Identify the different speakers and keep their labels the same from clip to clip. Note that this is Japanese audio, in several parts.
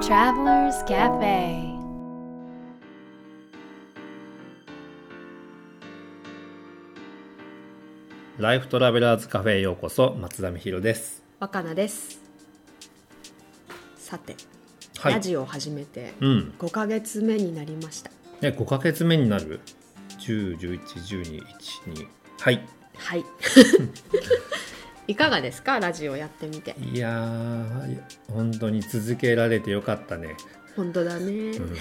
Speaker 1: Travelers Cafe
Speaker 2: ライフトラベラーズカフェへようこそ松田美弘です
Speaker 3: 若菜ですさて、
Speaker 2: はい
Speaker 3: ラジオを始めて
Speaker 2: うん
Speaker 3: 5ヶ月目になりました
Speaker 2: ね5ヶ月目になる10111212はい
Speaker 3: はい いかがですかラジオやってみて
Speaker 2: いやーいや本当に続けられてよかったね、
Speaker 3: 本当だね、
Speaker 2: うん、い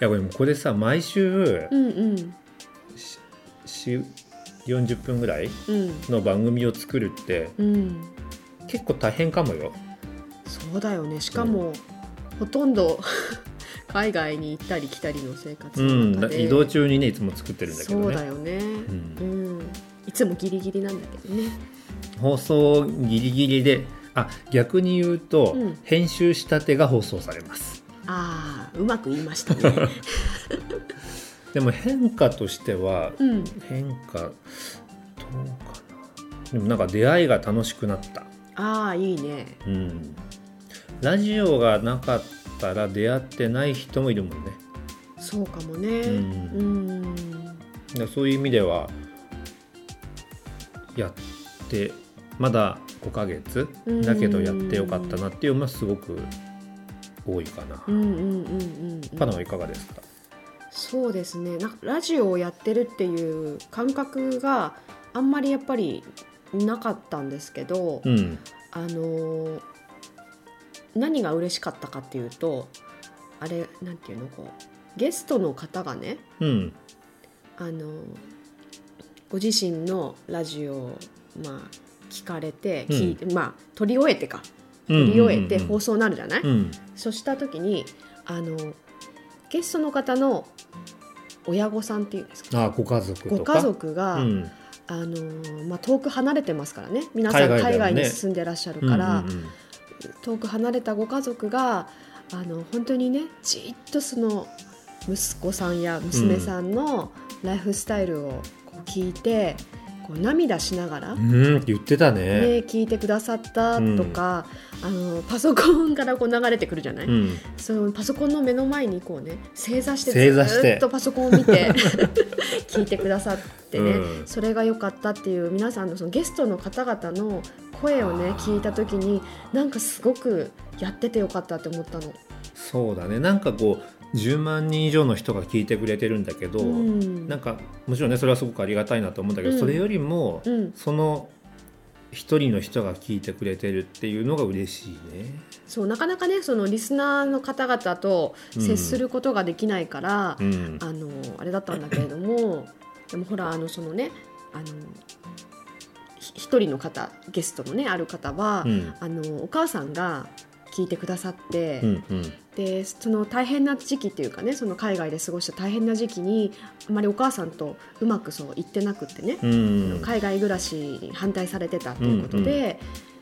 Speaker 2: やこれもうこれさ毎週
Speaker 3: うん、うん
Speaker 2: し40分ぐらい
Speaker 3: うん
Speaker 2: の番組を作るって
Speaker 3: うん
Speaker 2: 結構大変かもよ
Speaker 3: そうだよねしかも、ほとんど 海外に行ったり来たりの生活
Speaker 2: う
Speaker 3: の
Speaker 2: ん
Speaker 3: 中
Speaker 2: だ
Speaker 3: で、
Speaker 2: 移動中にねいつも作ってるんだけどね
Speaker 3: そうだよね
Speaker 2: う
Speaker 3: うんん、いつもギリギリなんだけどね
Speaker 2: 放送ギリギリであ逆に言うと、
Speaker 3: うん
Speaker 2: 編集したてが放送されます
Speaker 3: ああうまく言いましたね
Speaker 2: でも変化としては
Speaker 3: うん
Speaker 2: 変化どうかなでもなんか出会いが楽しくなった
Speaker 3: ああいいね
Speaker 2: うんラジオがなかったら出会ってない人もいるもんね
Speaker 3: そうかもね
Speaker 2: う
Speaker 3: うんん、
Speaker 2: だからそういう意味ではやってまだ5ヶ月
Speaker 3: うん
Speaker 2: だけどやってよかったなっていうのはすごく多いかな
Speaker 3: うん、うんうんうんうん
Speaker 2: パナはいかがですか
Speaker 3: そうですねなんかラジオをやってるっていう感覚があんまりやっぱりなかったんですけど、
Speaker 2: うん
Speaker 3: あのー何が嬉しかったかっていうとあれなんていうのこうゲストの方がね
Speaker 2: うん
Speaker 3: あのーご自身のラジオをまあ聞かれて、聞いてまあ撮り終えてか撮り終えて放
Speaker 2: 送
Speaker 3: 送になるじゃない、
Speaker 2: うん
Speaker 3: そうした時にあのゲストの方の親御さんっていうんですか
Speaker 2: あご家族
Speaker 3: ご
Speaker 2: とか
Speaker 3: 家族が、
Speaker 2: うん
Speaker 3: あのまあ、遠く離れてますからね皆さん
Speaker 2: 海
Speaker 3: 海
Speaker 2: 外だよね
Speaker 3: 外に住んでらっしゃるから、
Speaker 2: うんうんうん
Speaker 3: 遠く離れたご家族があの本当にねじっとその息子さんや娘さんのライフスタイルをこう聞いて、こう涙しながら、
Speaker 2: うんって言ってた
Speaker 3: ね
Speaker 2: ね。
Speaker 3: 聞いてくださったとか、あのパソコンからこう流れてくるじゃない、
Speaker 2: うん、
Speaker 3: そのパソコンの目の前にこうね正座して
Speaker 2: 正座して
Speaker 3: ずーっとパソコンを見 て聞いてくださってね、
Speaker 2: うん
Speaker 3: それが良かったっていう皆さんのそのゲストの方々の声をね
Speaker 2: あー
Speaker 3: 聞いた時になんかすごくやっててよかったって思ったの。
Speaker 2: そうだねなんかこう10万人以上の人が聞いてくれてるんだけど、
Speaker 3: うん
Speaker 2: なんかもちろんねそれはすごくありがたいなと思うんだけど、
Speaker 3: うん
Speaker 2: それよりも、
Speaker 3: うん、
Speaker 2: その一人の人が聞いてくれてるっていうのが嬉しいね。
Speaker 3: そうなかなかねそのリスナーの方々と接することができないから、
Speaker 2: うん、
Speaker 3: あのあれだったんだけれどもでもほらあのそのねあのひ一人の方ゲストのねある方は、
Speaker 2: うん
Speaker 3: あのお母さんが聞いてくださって、
Speaker 2: うんうん
Speaker 3: でその大変な時期っていうかねその海外で過ごした大変な時期にあまりお母さんとうまくそう言ってなくってね、
Speaker 2: うん
Speaker 3: 海外暮らしに反対されてたということで、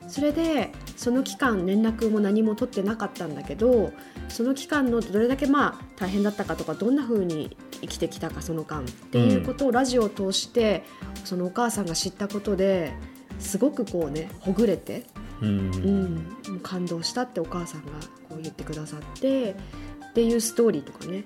Speaker 3: それでその期間連絡も何も取ってなかったんだけどその期間のどれだけまあ大変だったかとかどんな風に生きてきたかその間っていうことをラジオを通してそのお母さんが知ったことですごくこうねほぐれて、
Speaker 2: うんう
Speaker 3: うんん、もう感動したってお母さんがこう言ってくださってっていうストーリーとかね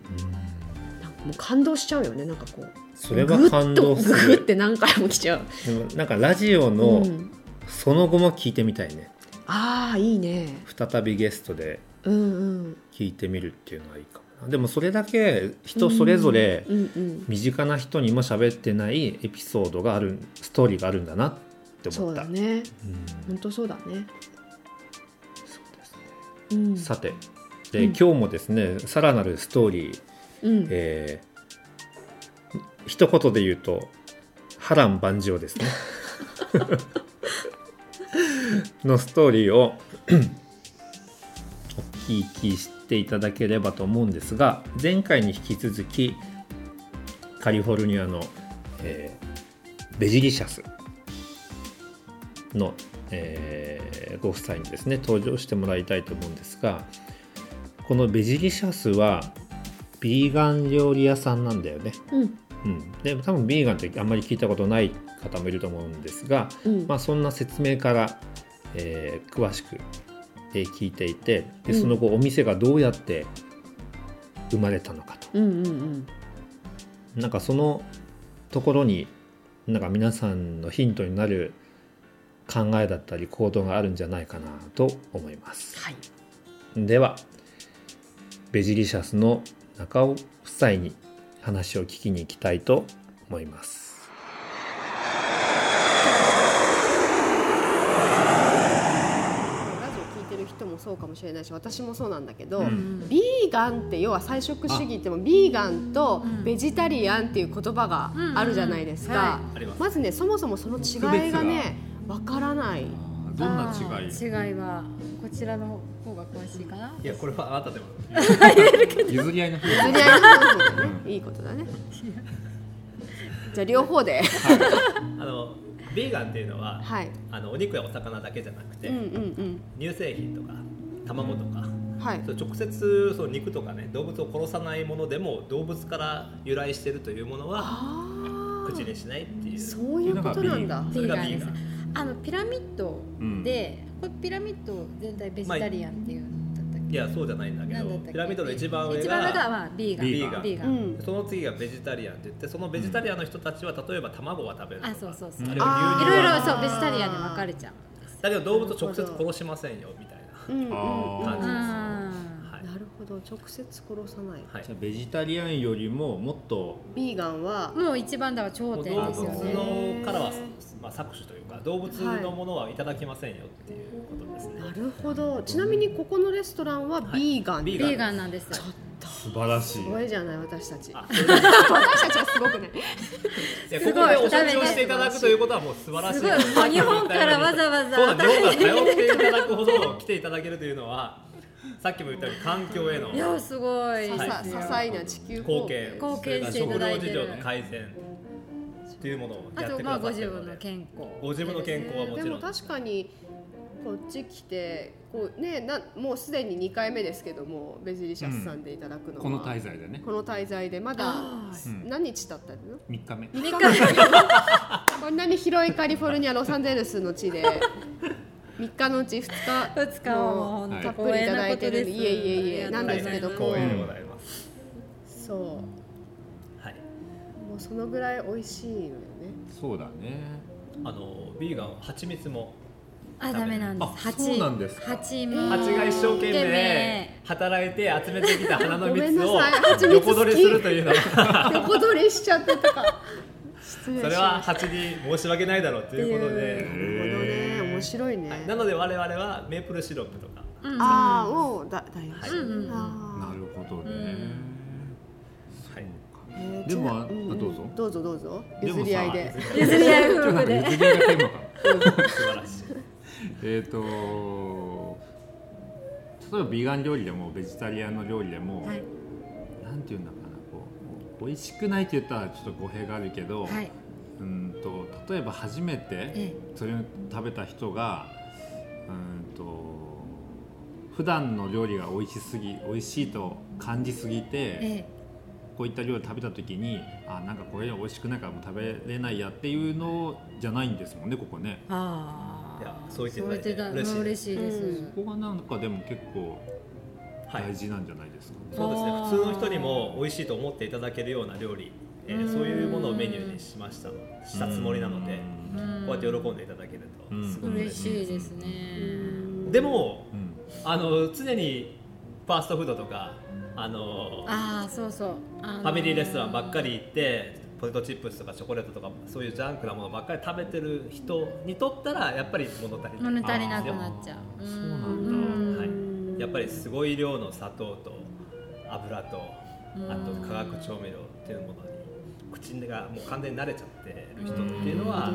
Speaker 3: なんかもう感動しちゃうよねなんかこう。
Speaker 2: それは感動す
Speaker 3: ぐっとぐっ
Speaker 2: る
Speaker 3: て何回も来ちゃう。
Speaker 2: でもなんかラジオの
Speaker 3: うん
Speaker 2: その後も聞いてみたいね、
Speaker 3: ああいいね
Speaker 2: 再びゲストで
Speaker 3: うんうん
Speaker 2: 聞いてみるっていうのはいいかもなでもそれだけ人それぞれ
Speaker 3: うんうん
Speaker 2: 身近な人にも喋ってないエピソードがあるストーリーがあるんだなって
Speaker 3: そ
Speaker 2: 思
Speaker 3: う
Speaker 2: った
Speaker 3: だね
Speaker 2: うん
Speaker 3: 本当そうだね
Speaker 2: そうですね
Speaker 3: うん
Speaker 2: さて
Speaker 3: う
Speaker 2: で
Speaker 3: ん
Speaker 2: 今日もですねさらなるストーリー、
Speaker 3: うん
Speaker 2: えー、一言で言うと波乱万 丈ですねのストーリーを お聞きしていただければと思うんですが前回に引き続きカリフォルニアの、えーベジリシャスの、えーご夫妻にですね登場してもらいたいと思うんですがこのベジリシャスはビーガン料理屋さんなんだよね。
Speaker 3: うん
Speaker 2: うん、で多分ビーガンってあんまり聞いたことない方もいると思うんですが、
Speaker 3: うん
Speaker 2: まあ、そんな説明から、えー詳しくえー聞いていてで
Speaker 4: うん
Speaker 2: その後お店がどうやって生まれたのかと、
Speaker 4: うんうん
Speaker 2: なんかそのところになんか皆さんのヒントになる考えだったり行動があるんじゃないかなと思います
Speaker 4: はい
Speaker 2: ではベジリシャスの中尾夫妻に話を聞きに行きたいと思います
Speaker 3: ラジオ聞いてる人もそうかもしれないし私もそうなんだけど、
Speaker 2: うん
Speaker 3: ビーガンって要は菜食主義ってもビーガンと
Speaker 5: うん
Speaker 3: ベジタリアンっていう言葉があるじゃないですか、
Speaker 2: ありま
Speaker 3: まずねそもそもその違いがねわからない
Speaker 2: ど
Speaker 5: 違いはこちらの方が詳しいかな。
Speaker 2: いやこれはあなたでも譲り合いの方
Speaker 3: 譲り合いのことだねいいことだねじゃあ両方で
Speaker 6: あのビーガンっていうのは、
Speaker 3: はい
Speaker 6: あのお肉やお魚だけじゃなくて、
Speaker 3: うんうん
Speaker 6: 乳製品とか卵とか、
Speaker 3: うんはい
Speaker 6: そう直接そう肉とかね動物を殺さないものでも動物から由来してるというものは
Speaker 3: あー
Speaker 6: 口にしないっていう
Speaker 3: そういうことなんだ
Speaker 6: それがビーガ
Speaker 5: ビーガンで
Speaker 6: ン
Speaker 5: あのピラミッドで、これピラミッド全体ベジタリアンっていうんだったっけ？
Speaker 6: いやそうじゃないんだけ
Speaker 5: なんだ
Speaker 6: ど
Speaker 5: ったっけ
Speaker 6: ピラミッドの一番上
Speaker 5: 一番上が
Speaker 6: が
Speaker 5: まあビーガン。
Speaker 6: ビーガン
Speaker 5: ビーガ
Speaker 3: う
Speaker 5: ン。
Speaker 3: ん
Speaker 6: その次がベジタリアンって言ってそのベジタリアンの人たちは例えば卵は食べるとか
Speaker 5: あそうそうそう
Speaker 6: あるいは
Speaker 3: あー
Speaker 5: い
Speaker 6: 牛乳
Speaker 5: ろい
Speaker 6: は
Speaker 5: ろそうベジタリアンに分かれちゃうんです。
Speaker 6: だけど動物を直接殺しませんよみたい
Speaker 3: うんうんうん
Speaker 6: な感じ
Speaker 5: う
Speaker 6: で
Speaker 5: ん
Speaker 6: す、
Speaker 3: なるほど直接殺さない
Speaker 6: はい
Speaker 2: じゃあベジタリアンよりももっと
Speaker 3: ビーガンは
Speaker 5: もう一番だから頂
Speaker 6: もう
Speaker 5: 点
Speaker 6: 動
Speaker 5: です
Speaker 6: 物
Speaker 5: よね。
Speaker 6: のからは、まあ、搾取というか動物のものはいただきませんよっていうことですね、
Speaker 3: なるほどちなみにここのレストランはビーガン
Speaker 6: ビ
Speaker 5: ビ
Speaker 6: ーガ
Speaker 5: ーガ
Speaker 6: ン
Speaker 5: ンなんです。
Speaker 2: 素晴らし
Speaker 3: すごいじゃない私たち
Speaker 6: あ
Speaker 3: 私たちはすごくね
Speaker 6: いやここでお食事をしていただくということはもう素晴らしい
Speaker 5: すごいもう日本からわざわざ
Speaker 6: そうだ 日本から通っていただくほど来ていただけるというのはさっきも言ったように環境への
Speaker 5: いやすごい
Speaker 3: さ
Speaker 5: です
Speaker 3: さ
Speaker 5: よ。
Speaker 3: 些細な地球
Speaker 6: 貢献
Speaker 5: 貢献していただいてる
Speaker 6: 食料事情の改善っていうものを
Speaker 5: あ
Speaker 6: やって
Speaker 5: と
Speaker 6: く
Speaker 5: まあ
Speaker 6: ださ
Speaker 5: ご
Speaker 6: って
Speaker 5: 自
Speaker 6: るの
Speaker 5: 分
Speaker 6: で
Speaker 5: の健康。
Speaker 6: ご自分の健康はも
Speaker 3: で
Speaker 6: ちろ
Speaker 3: も
Speaker 6: ん
Speaker 3: 確かにこっち来てこうねなもうすでに2回目ですけどもベジリシャスさんでいただくのは、
Speaker 7: この滞在でね
Speaker 3: この滞在でまだ
Speaker 7: ー
Speaker 3: 何日経ったの
Speaker 7: 3日目
Speaker 5: 三日目
Speaker 3: こんなに広いカリフォルニアロサンゼルスの地で3日のうち2日
Speaker 5: 二日を
Speaker 7: はい
Speaker 3: たっぷりいただいてる
Speaker 5: 光栄なことです
Speaker 3: いえいえいえなん
Speaker 5: あ
Speaker 3: で
Speaker 5: り
Speaker 3: す
Speaker 5: が
Speaker 3: け
Speaker 5: と
Speaker 3: ど
Speaker 5: うござい
Speaker 3: こ
Speaker 5: ます
Speaker 6: 光栄でございます、
Speaker 3: うそう
Speaker 6: はい
Speaker 3: もうそのぐらい美味しいのよね。
Speaker 7: そうだね
Speaker 6: あのビーガンは蜂蜜も
Speaker 5: あダメなんです。
Speaker 2: あそうなんですか
Speaker 5: 八も
Speaker 6: 蜂が一生懸命働いて集めてきた花の
Speaker 3: ごめん
Speaker 6: 蜜
Speaker 3: な
Speaker 6: を
Speaker 3: さい蜂蜜好き
Speaker 6: 横取りするというのは
Speaker 3: 横取りしちゃってたか。失礼し
Speaker 6: そ
Speaker 3: ま
Speaker 6: れ
Speaker 3: した。
Speaker 6: は蜂に申し訳ないだろうということ
Speaker 3: な
Speaker 6: で、
Speaker 3: るほどね、面白いね。
Speaker 6: なので我々はメープルシロップとか
Speaker 3: ああ、をだ大事。
Speaker 5: うんうんうん
Speaker 7: な
Speaker 3: あ
Speaker 7: るほどね、
Speaker 6: はい
Speaker 3: ーえー
Speaker 7: でも
Speaker 3: ちな
Speaker 7: あ
Speaker 3: んん
Speaker 7: どうぞ
Speaker 3: どうぞどうぞ
Speaker 7: でもさ
Speaker 3: 譲り合いで。
Speaker 5: 譲り合い
Speaker 7: 今日
Speaker 5: 夫
Speaker 7: なん
Speaker 5: 婦
Speaker 7: か
Speaker 5: で
Speaker 7: 譲り合いがテーマかな
Speaker 6: 素晴らしい
Speaker 7: えっと例えばビーガン料理でもベジタリアンの料理でも、
Speaker 5: はい
Speaker 7: なんていうんだかなこう美味しくないって言ったらちょっと語弊があるけど、
Speaker 5: はい。
Speaker 7: うんと例えば初めて
Speaker 5: え
Speaker 7: それを食べた人がうんと普段の料理が美味しすぎ美味しいと感じすぎて、
Speaker 5: え
Speaker 7: こういった料理食べた時にあなんかこれ美味しくないからもう食べれないやっていうのじゃないんですもんねここね
Speaker 5: あ
Speaker 6: いや
Speaker 5: あ。
Speaker 6: そう言っていただいて
Speaker 5: そう言って嬉し
Speaker 6: 嬉
Speaker 5: いです。
Speaker 7: ここがなんかでも結構
Speaker 6: はい
Speaker 7: 大事なんじゃないですか、
Speaker 6: そうですね
Speaker 5: あー
Speaker 6: 普通の人にも美味しいと思っていただけるような料理、えー
Speaker 5: うん
Speaker 6: そういうものをメニューにしましたしたつもりなので
Speaker 7: うん
Speaker 6: こうやって
Speaker 5: ん
Speaker 6: 喜んでいただけるとすごく
Speaker 5: 嬉
Speaker 6: 嬉しい
Speaker 5: しい
Speaker 6: です
Speaker 5: ですね。
Speaker 6: でも
Speaker 7: うん
Speaker 6: あの常にファーストフードとかあの
Speaker 5: ああそうそう。あの
Speaker 6: ファミリーレストランばっかり行ってポテトチップスとかチョコレートとかそういうジャンクなものばっかり食べてる人にとったらやっぱり物足りない
Speaker 5: 物足りなくなっちゃう。
Speaker 7: あーそうなんだ
Speaker 5: ん
Speaker 6: はい、やっぱりすごい量の砂糖と油とあと化学調味料っていうものに口がもう完全に慣れちゃってる人っていうのは、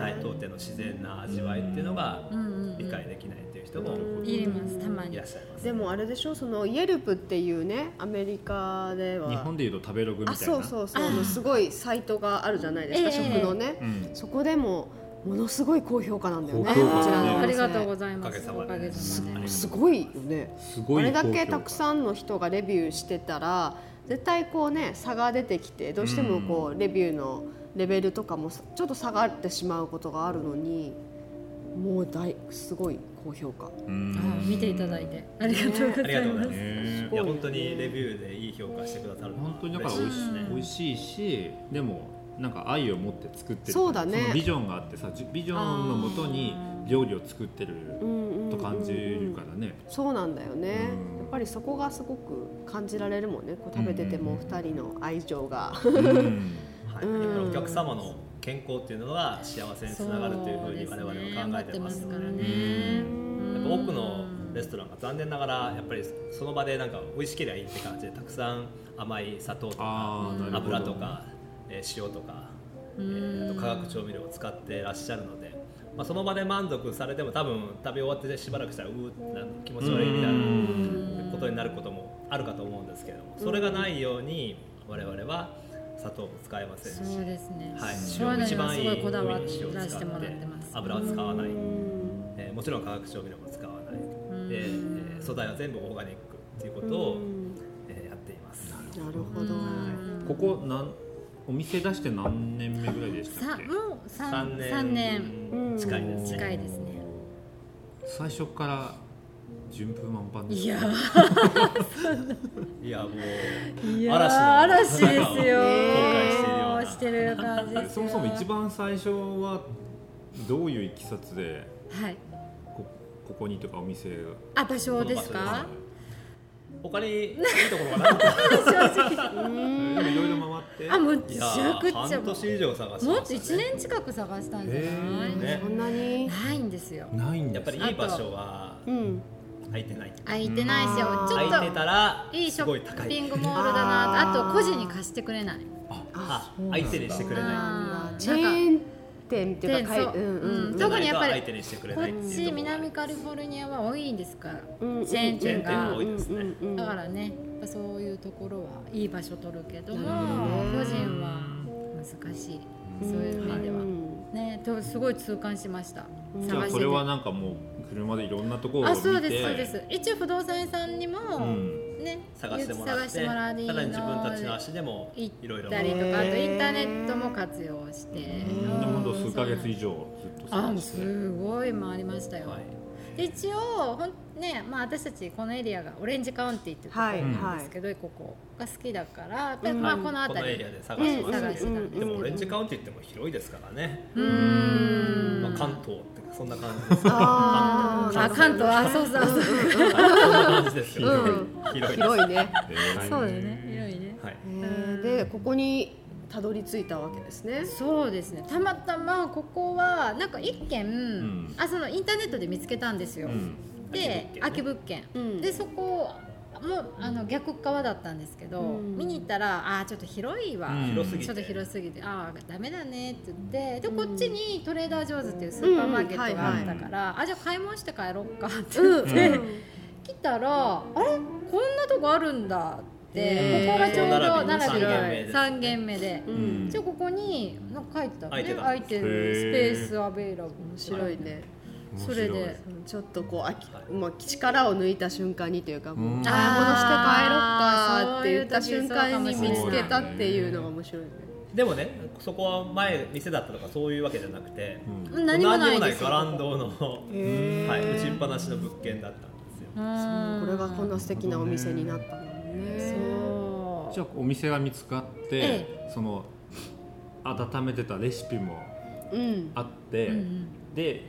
Speaker 6: はい、当店の自然な味わいっていうのが
Speaker 5: うんうんうん
Speaker 6: 理解できないっていう人も
Speaker 5: いりますたま
Speaker 6: い
Speaker 5: に
Speaker 6: らっ。しゃいます。
Speaker 3: でもあれでしょ、そのイエルプっていうね、アメリカでは。
Speaker 7: 日本でいうと食べログみたい
Speaker 3: あ、
Speaker 7: な
Speaker 3: そうそうそう、のすごいサイトがあるじゃないです
Speaker 5: え
Speaker 3: か、
Speaker 5: え
Speaker 3: 食のね
Speaker 7: う、ん
Speaker 3: そこでもものすごい高評価なんだよね。
Speaker 7: 高
Speaker 3: こ
Speaker 7: 評価
Speaker 3: ちらのお
Speaker 5: あ
Speaker 3: 店
Speaker 5: りがとうございま
Speaker 6: おかげ
Speaker 5: す。
Speaker 6: さま
Speaker 5: お
Speaker 6: で
Speaker 5: かげさまで。
Speaker 3: すごいよね。
Speaker 7: す
Speaker 3: あ
Speaker 7: ごい
Speaker 3: れだけたく
Speaker 7: ん
Speaker 3: さんの人がレビューしてたら絶対こうね差が出てきてどうしてもこうレビューのレベルとかもちょっと下がってしまうことがあるのにもう大すごい高評価
Speaker 5: あ見ていただいてありがとうご
Speaker 6: あ
Speaker 5: ざ
Speaker 6: りが
Speaker 5: い
Speaker 6: とうご
Speaker 5: ま
Speaker 6: ざ
Speaker 5: す
Speaker 6: います。
Speaker 7: ね
Speaker 6: いや本当にレビューでいい評価してくださるのは
Speaker 7: 本当にだから美味し
Speaker 6: 嬉しい
Speaker 5: うん
Speaker 7: 美味しいしでもなんか愛を持って作ってる
Speaker 8: そうだね
Speaker 7: のビジョンがあってさじビジョンのもとに料理を作ってると感じるからね、
Speaker 8: そうなんだよね、
Speaker 7: うん
Speaker 8: やっぱりそこがすごく感じられるもんねこう食べてても
Speaker 7: うん
Speaker 8: 2人の愛情が、
Speaker 7: うん
Speaker 6: はい、
Speaker 8: うん
Speaker 6: だからお客様の健康っていうのが幸せにつながるというふうに我々は考えてます
Speaker 5: そうですね思ってますか
Speaker 6: の
Speaker 5: ら
Speaker 6: で
Speaker 5: ね
Speaker 6: やっぱ多くのレストランが残念ながらやっぱりその場でなんか美味しければいいって感じでたくさん甘い砂糖とか
Speaker 7: あーなるほど
Speaker 6: 油とか、えー塩とか、えーあと化学調味料を使ってらっしゃるので、まあ、その場で満足されても多分食べ終わってしばらくしたらうーってな気持ち悪いみたいな。ことになることもあるかと思うんですけれどもそれがないように我々は砂糖も使えませんし
Speaker 5: そうですね。
Speaker 6: はい
Speaker 5: 昭和のにはすごいこだわらせ
Speaker 6: 一
Speaker 5: てもら
Speaker 6: 番いい塩を使って
Speaker 5: ってます。
Speaker 6: 油は使わない、
Speaker 8: うん
Speaker 6: えーもちろん化学調味料も使わない
Speaker 5: うん
Speaker 6: で、えー素材は全部オーガニックっていうことを、えーやっています
Speaker 8: なるほ
Speaker 5: う
Speaker 8: ど、
Speaker 5: ん
Speaker 7: ここなんお店出して何年目ぐらいでした
Speaker 5: さ
Speaker 7: っけ
Speaker 5: もう三
Speaker 6: 3
Speaker 5: 年
Speaker 6: 年
Speaker 5: 三年
Speaker 8: うん
Speaker 6: 近いですね
Speaker 5: 近いですね。
Speaker 7: 最初から順風満帆で
Speaker 5: い
Speaker 7: すね
Speaker 5: や
Speaker 6: いやもう
Speaker 5: ーいや
Speaker 6: 嵐の
Speaker 5: ー嵐です よ。
Speaker 6: 後悔
Speaker 5: し
Speaker 6: してて
Speaker 5: る感じですよ。
Speaker 7: そもそも一番最初はどういういきさつで
Speaker 5: はい。
Speaker 7: こここにとかお店が
Speaker 5: あ場所ですか？
Speaker 6: 他にいいところがなかった
Speaker 5: 正直
Speaker 7: いろいろ回っ て
Speaker 5: あもう
Speaker 6: い
Speaker 5: めち
Speaker 6: や
Speaker 5: ゃく
Speaker 6: ー
Speaker 5: ちゃ
Speaker 6: 半
Speaker 5: も
Speaker 6: 年以上探してました、ね、
Speaker 5: っと一年近く探したんじゃない？
Speaker 7: へ
Speaker 8: そんなに、
Speaker 5: ないんですよ。
Speaker 7: ないん
Speaker 6: や
Speaker 7: で
Speaker 6: っ
Speaker 7: す
Speaker 6: ぱ
Speaker 7: ね
Speaker 6: りいい場所は
Speaker 8: うん、
Speaker 6: 空いてない
Speaker 5: 空いてないし
Speaker 8: う
Speaker 5: よ
Speaker 8: ん。
Speaker 5: ちょっ
Speaker 6: 空いて
Speaker 5: と
Speaker 6: たら
Speaker 5: いいシ
Speaker 6: す
Speaker 5: ョ
Speaker 6: ごい
Speaker 5: ッ
Speaker 6: 高
Speaker 5: ピン
Speaker 6: い
Speaker 5: グモールだな
Speaker 8: あ
Speaker 5: と。
Speaker 8: ー
Speaker 5: あと個人に貸してくれない。
Speaker 6: あ相手にしてくれない
Speaker 5: あー
Speaker 8: チェーン店っていうか
Speaker 5: 店
Speaker 8: か
Speaker 5: そ
Speaker 8: いううんうんうん
Speaker 5: 特にやっぱり
Speaker 6: 相手にしてくれ
Speaker 5: こ
Speaker 6: ない
Speaker 5: っ
Speaker 6: いう
Speaker 5: ち
Speaker 6: とろが
Speaker 5: 南カリフォルニアは多いんですから
Speaker 8: うんうん
Speaker 5: チェーン店が
Speaker 6: 多いですね
Speaker 8: うんうんうん
Speaker 5: だからねやっぱそういうところはいい場所取るけども
Speaker 8: なるほど
Speaker 5: 個
Speaker 8: ね
Speaker 5: 人は難しいそういう面では、
Speaker 8: うん
Speaker 5: ねとすごい痛感しました
Speaker 8: うん
Speaker 7: じゃ
Speaker 5: 探
Speaker 7: あ
Speaker 5: して
Speaker 7: そ
Speaker 5: て
Speaker 7: れはなんかもう車でいろんなところを
Speaker 5: あ
Speaker 7: 見て
Speaker 5: そうですそうです一応不動産屋さんにも、
Speaker 7: うん
Speaker 5: ね
Speaker 6: 探してもらって
Speaker 5: 探してもらい
Speaker 6: さらに自分たちの
Speaker 5: の
Speaker 6: 足でもいろい
Speaker 5: 行っ
Speaker 6: ろ
Speaker 5: たりとかあとイ
Speaker 8: へー
Speaker 5: ンターネットも活用して
Speaker 7: でも本当数ヶ月以
Speaker 5: 上
Speaker 7: 上ずっと
Speaker 5: あもう
Speaker 7: て
Speaker 5: すごい回りましたよ、
Speaker 6: はい
Speaker 5: で一応ほん、ねまあ、私たちこのエリアがオレンジカウンティーっていうとこ
Speaker 8: はい
Speaker 5: ろなん
Speaker 8: は
Speaker 5: です
Speaker 8: い
Speaker 5: けど、ここが好きだから、やっぱ
Speaker 8: う
Speaker 5: り
Speaker 8: ん
Speaker 5: まあ、この
Speaker 6: この
Speaker 5: 辺
Speaker 6: エ
Speaker 5: り
Speaker 6: リアで探しま
Speaker 5: 探し
Speaker 6: し
Speaker 5: てたん
Speaker 6: た
Speaker 5: で
Speaker 6: ですもオレンジカウンティっても広いですからね
Speaker 5: うーん
Speaker 6: まあ関東ってそんな感じです
Speaker 8: あー
Speaker 5: あ関東あそうそうそう
Speaker 6: そんな感じですよね
Speaker 8: う
Speaker 6: 広いです
Speaker 8: 広いね
Speaker 5: そうだよね広いね
Speaker 6: はい
Speaker 8: へーでここにたどり着いたわけですね
Speaker 5: そうですねたまたまここはなんか一軒、
Speaker 7: ん
Speaker 5: あそのインターネットで見つけたんですよ、で空き
Speaker 6: 秋
Speaker 5: 物件、
Speaker 8: うん
Speaker 5: でそこもあの逆側だったんですけど、
Speaker 8: うん
Speaker 5: 見に行ったらあーちょっと広いわ、
Speaker 7: うん
Speaker 6: 広すぎ
Speaker 5: ちょっと
Speaker 6: て
Speaker 5: 広すぎてああダメだねって言ってで
Speaker 8: う
Speaker 5: こ
Speaker 8: ん
Speaker 5: っちにトレーダー・ジョーズっていうスーパーマーケットがあったから、あじゃあ買い物して帰ろっかって言って、来たらあれこんなとこあるんだって
Speaker 6: へー
Speaker 5: ここがちょうど並び
Speaker 6: そう
Speaker 5: が
Speaker 6: 並びの
Speaker 5: 3軒目で
Speaker 8: う
Speaker 7: うん
Speaker 8: ん
Speaker 5: じゃあここになんか書いてたの
Speaker 6: 空い
Speaker 5: ね
Speaker 6: てた
Speaker 5: 空いてるスペ
Speaker 7: へー
Speaker 5: ースアベイラブル
Speaker 8: 面白いね
Speaker 5: それで
Speaker 8: ちょっとこうあき
Speaker 6: はい
Speaker 8: まあ力を抜いた瞬間にというかもう
Speaker 7: うん
Speaker 8: 買い物して帰ろっかって言った
Speaker 5: あーそうい
Speaker 8: 瞬
Speaker 5: う時そうか
Speaker 8: 間
Speaker 5: も
Speaker 8: に
Speaker 5: しれ
Speaker 8: 見
Speaker 5: ない
Speaker 8: つけたっていうのが面白いね
Speaker 6: でもねそこは前店だったとかそういうわけじゃなくて
Speaker 5: うん何もない
Speaker 6: 何
Speaker 5: ですよ
Speaker 6: ガランドの
Speaker 8: へー
Speaker 6: はい打ちっぱなしの物件だったんですよ
Speaker 5: う
Speaker 8: こ
Speaker 5: ん
Speaker 8: れがこんな素敵なお店になったのね
Speaker 5: そう
Speaker 7: じゃあお店が見つかって、
Speaker 5: え
Speaker 7: その温めてたレシピも
Speaker 8: うん
Speaker 7: あって、
Speaker 5: うん
Speaker 7: で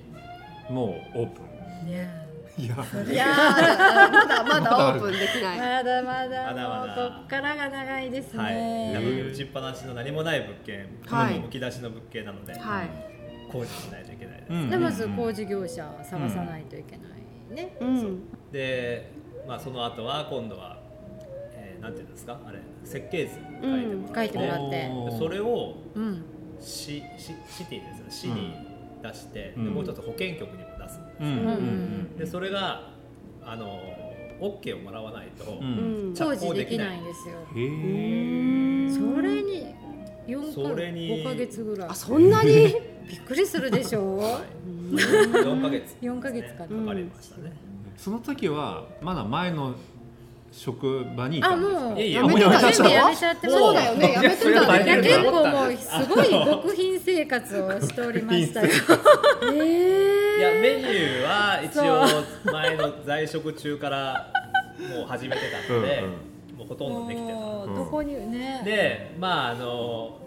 Speaker 7: もうオープ
Speaker 5: うんいや
Speaker 7: ンいや
Speaker 8: いやーまだまだオープンできない
Speaker 5: まだまだ
Speaker 6: まだまだ
Speaker 5: もうこっからが長いです
Speaker 6: はい、な
Speaker 5: ね
Speaker 6: ので打ちっぱなしの何もない物件、
Speaker 8: はい
Speaker 6: むき出しの物件なので、
Speaker 8: はい
Speaker 6: 工事しないといけないです、
Speaker 7: うん
Speaker 5: でまず工事業者を探さないといけないね
Speaker 8: うん
Speaker 6: で、まあ、その後は今度は、えーなんていうんですかあれ設計図
Speaker 8: うん
Speaker 5: 書いてもらっ
Speaker 7: う
Speaker 5: て
Speaker 7: ん
Speaker 6: でそれを
Speaker 5: うん
Speaker 6: 市市シティですね市に出して、
Speaker 7: うん
Speaker 6: でもう一つ保健局にも出すんです
Speaker 7: うん
Speaker 6: よ、
Speaker 7: うん
Speaker 6: でそれがあの OK をもらわないと、
Speaker 7: う
Speaker 8: うんん
Speaker 5: 工事できないんですよ
Speaker 7: うんへえ
Speaker 5: それに4
Speaker 6: そ
Speaker 5: か
Speaker 6: れに
Speaker 5: 5ヶ月ぐらい
Speaker 8: あそんなに
Speaker 5: びっくりするでしょ
Speaker 6: 4ヶ月、
Speaker 5: 4ヶ月かな
Speaker 6: かかりましたね、
Speaker 7: その時はまだ前の職場にいた
Speaker 5: あ
Speaker 7: んですか
Speaker 5: もう
Speaker 6: いやい
Speaker 5: や
Speaker 6: や
Speaker 5: めて
Speaker 6: もうや
Speaker 5: た
Speaker 6: め
Speaker 5: 全部やめちゃってます
Speaker 3: そうだよねやめてたんだ
Speaker 5: い
Speaker 3: ね
Speaker 5: や
Speaker 6: 大
Speaker 5: 結
Speaker 6: 変だ
Speaker 5: 構もうすごい極貧生活をしておりましたよ。
Speaker 6: いやメニューは一
Speaker 5: そ
Speaker 6: 応前の在職中からもう始めてたのでもうほとんどできてた
Speaker 5: もうどこにね。
Speaker 6: でまああの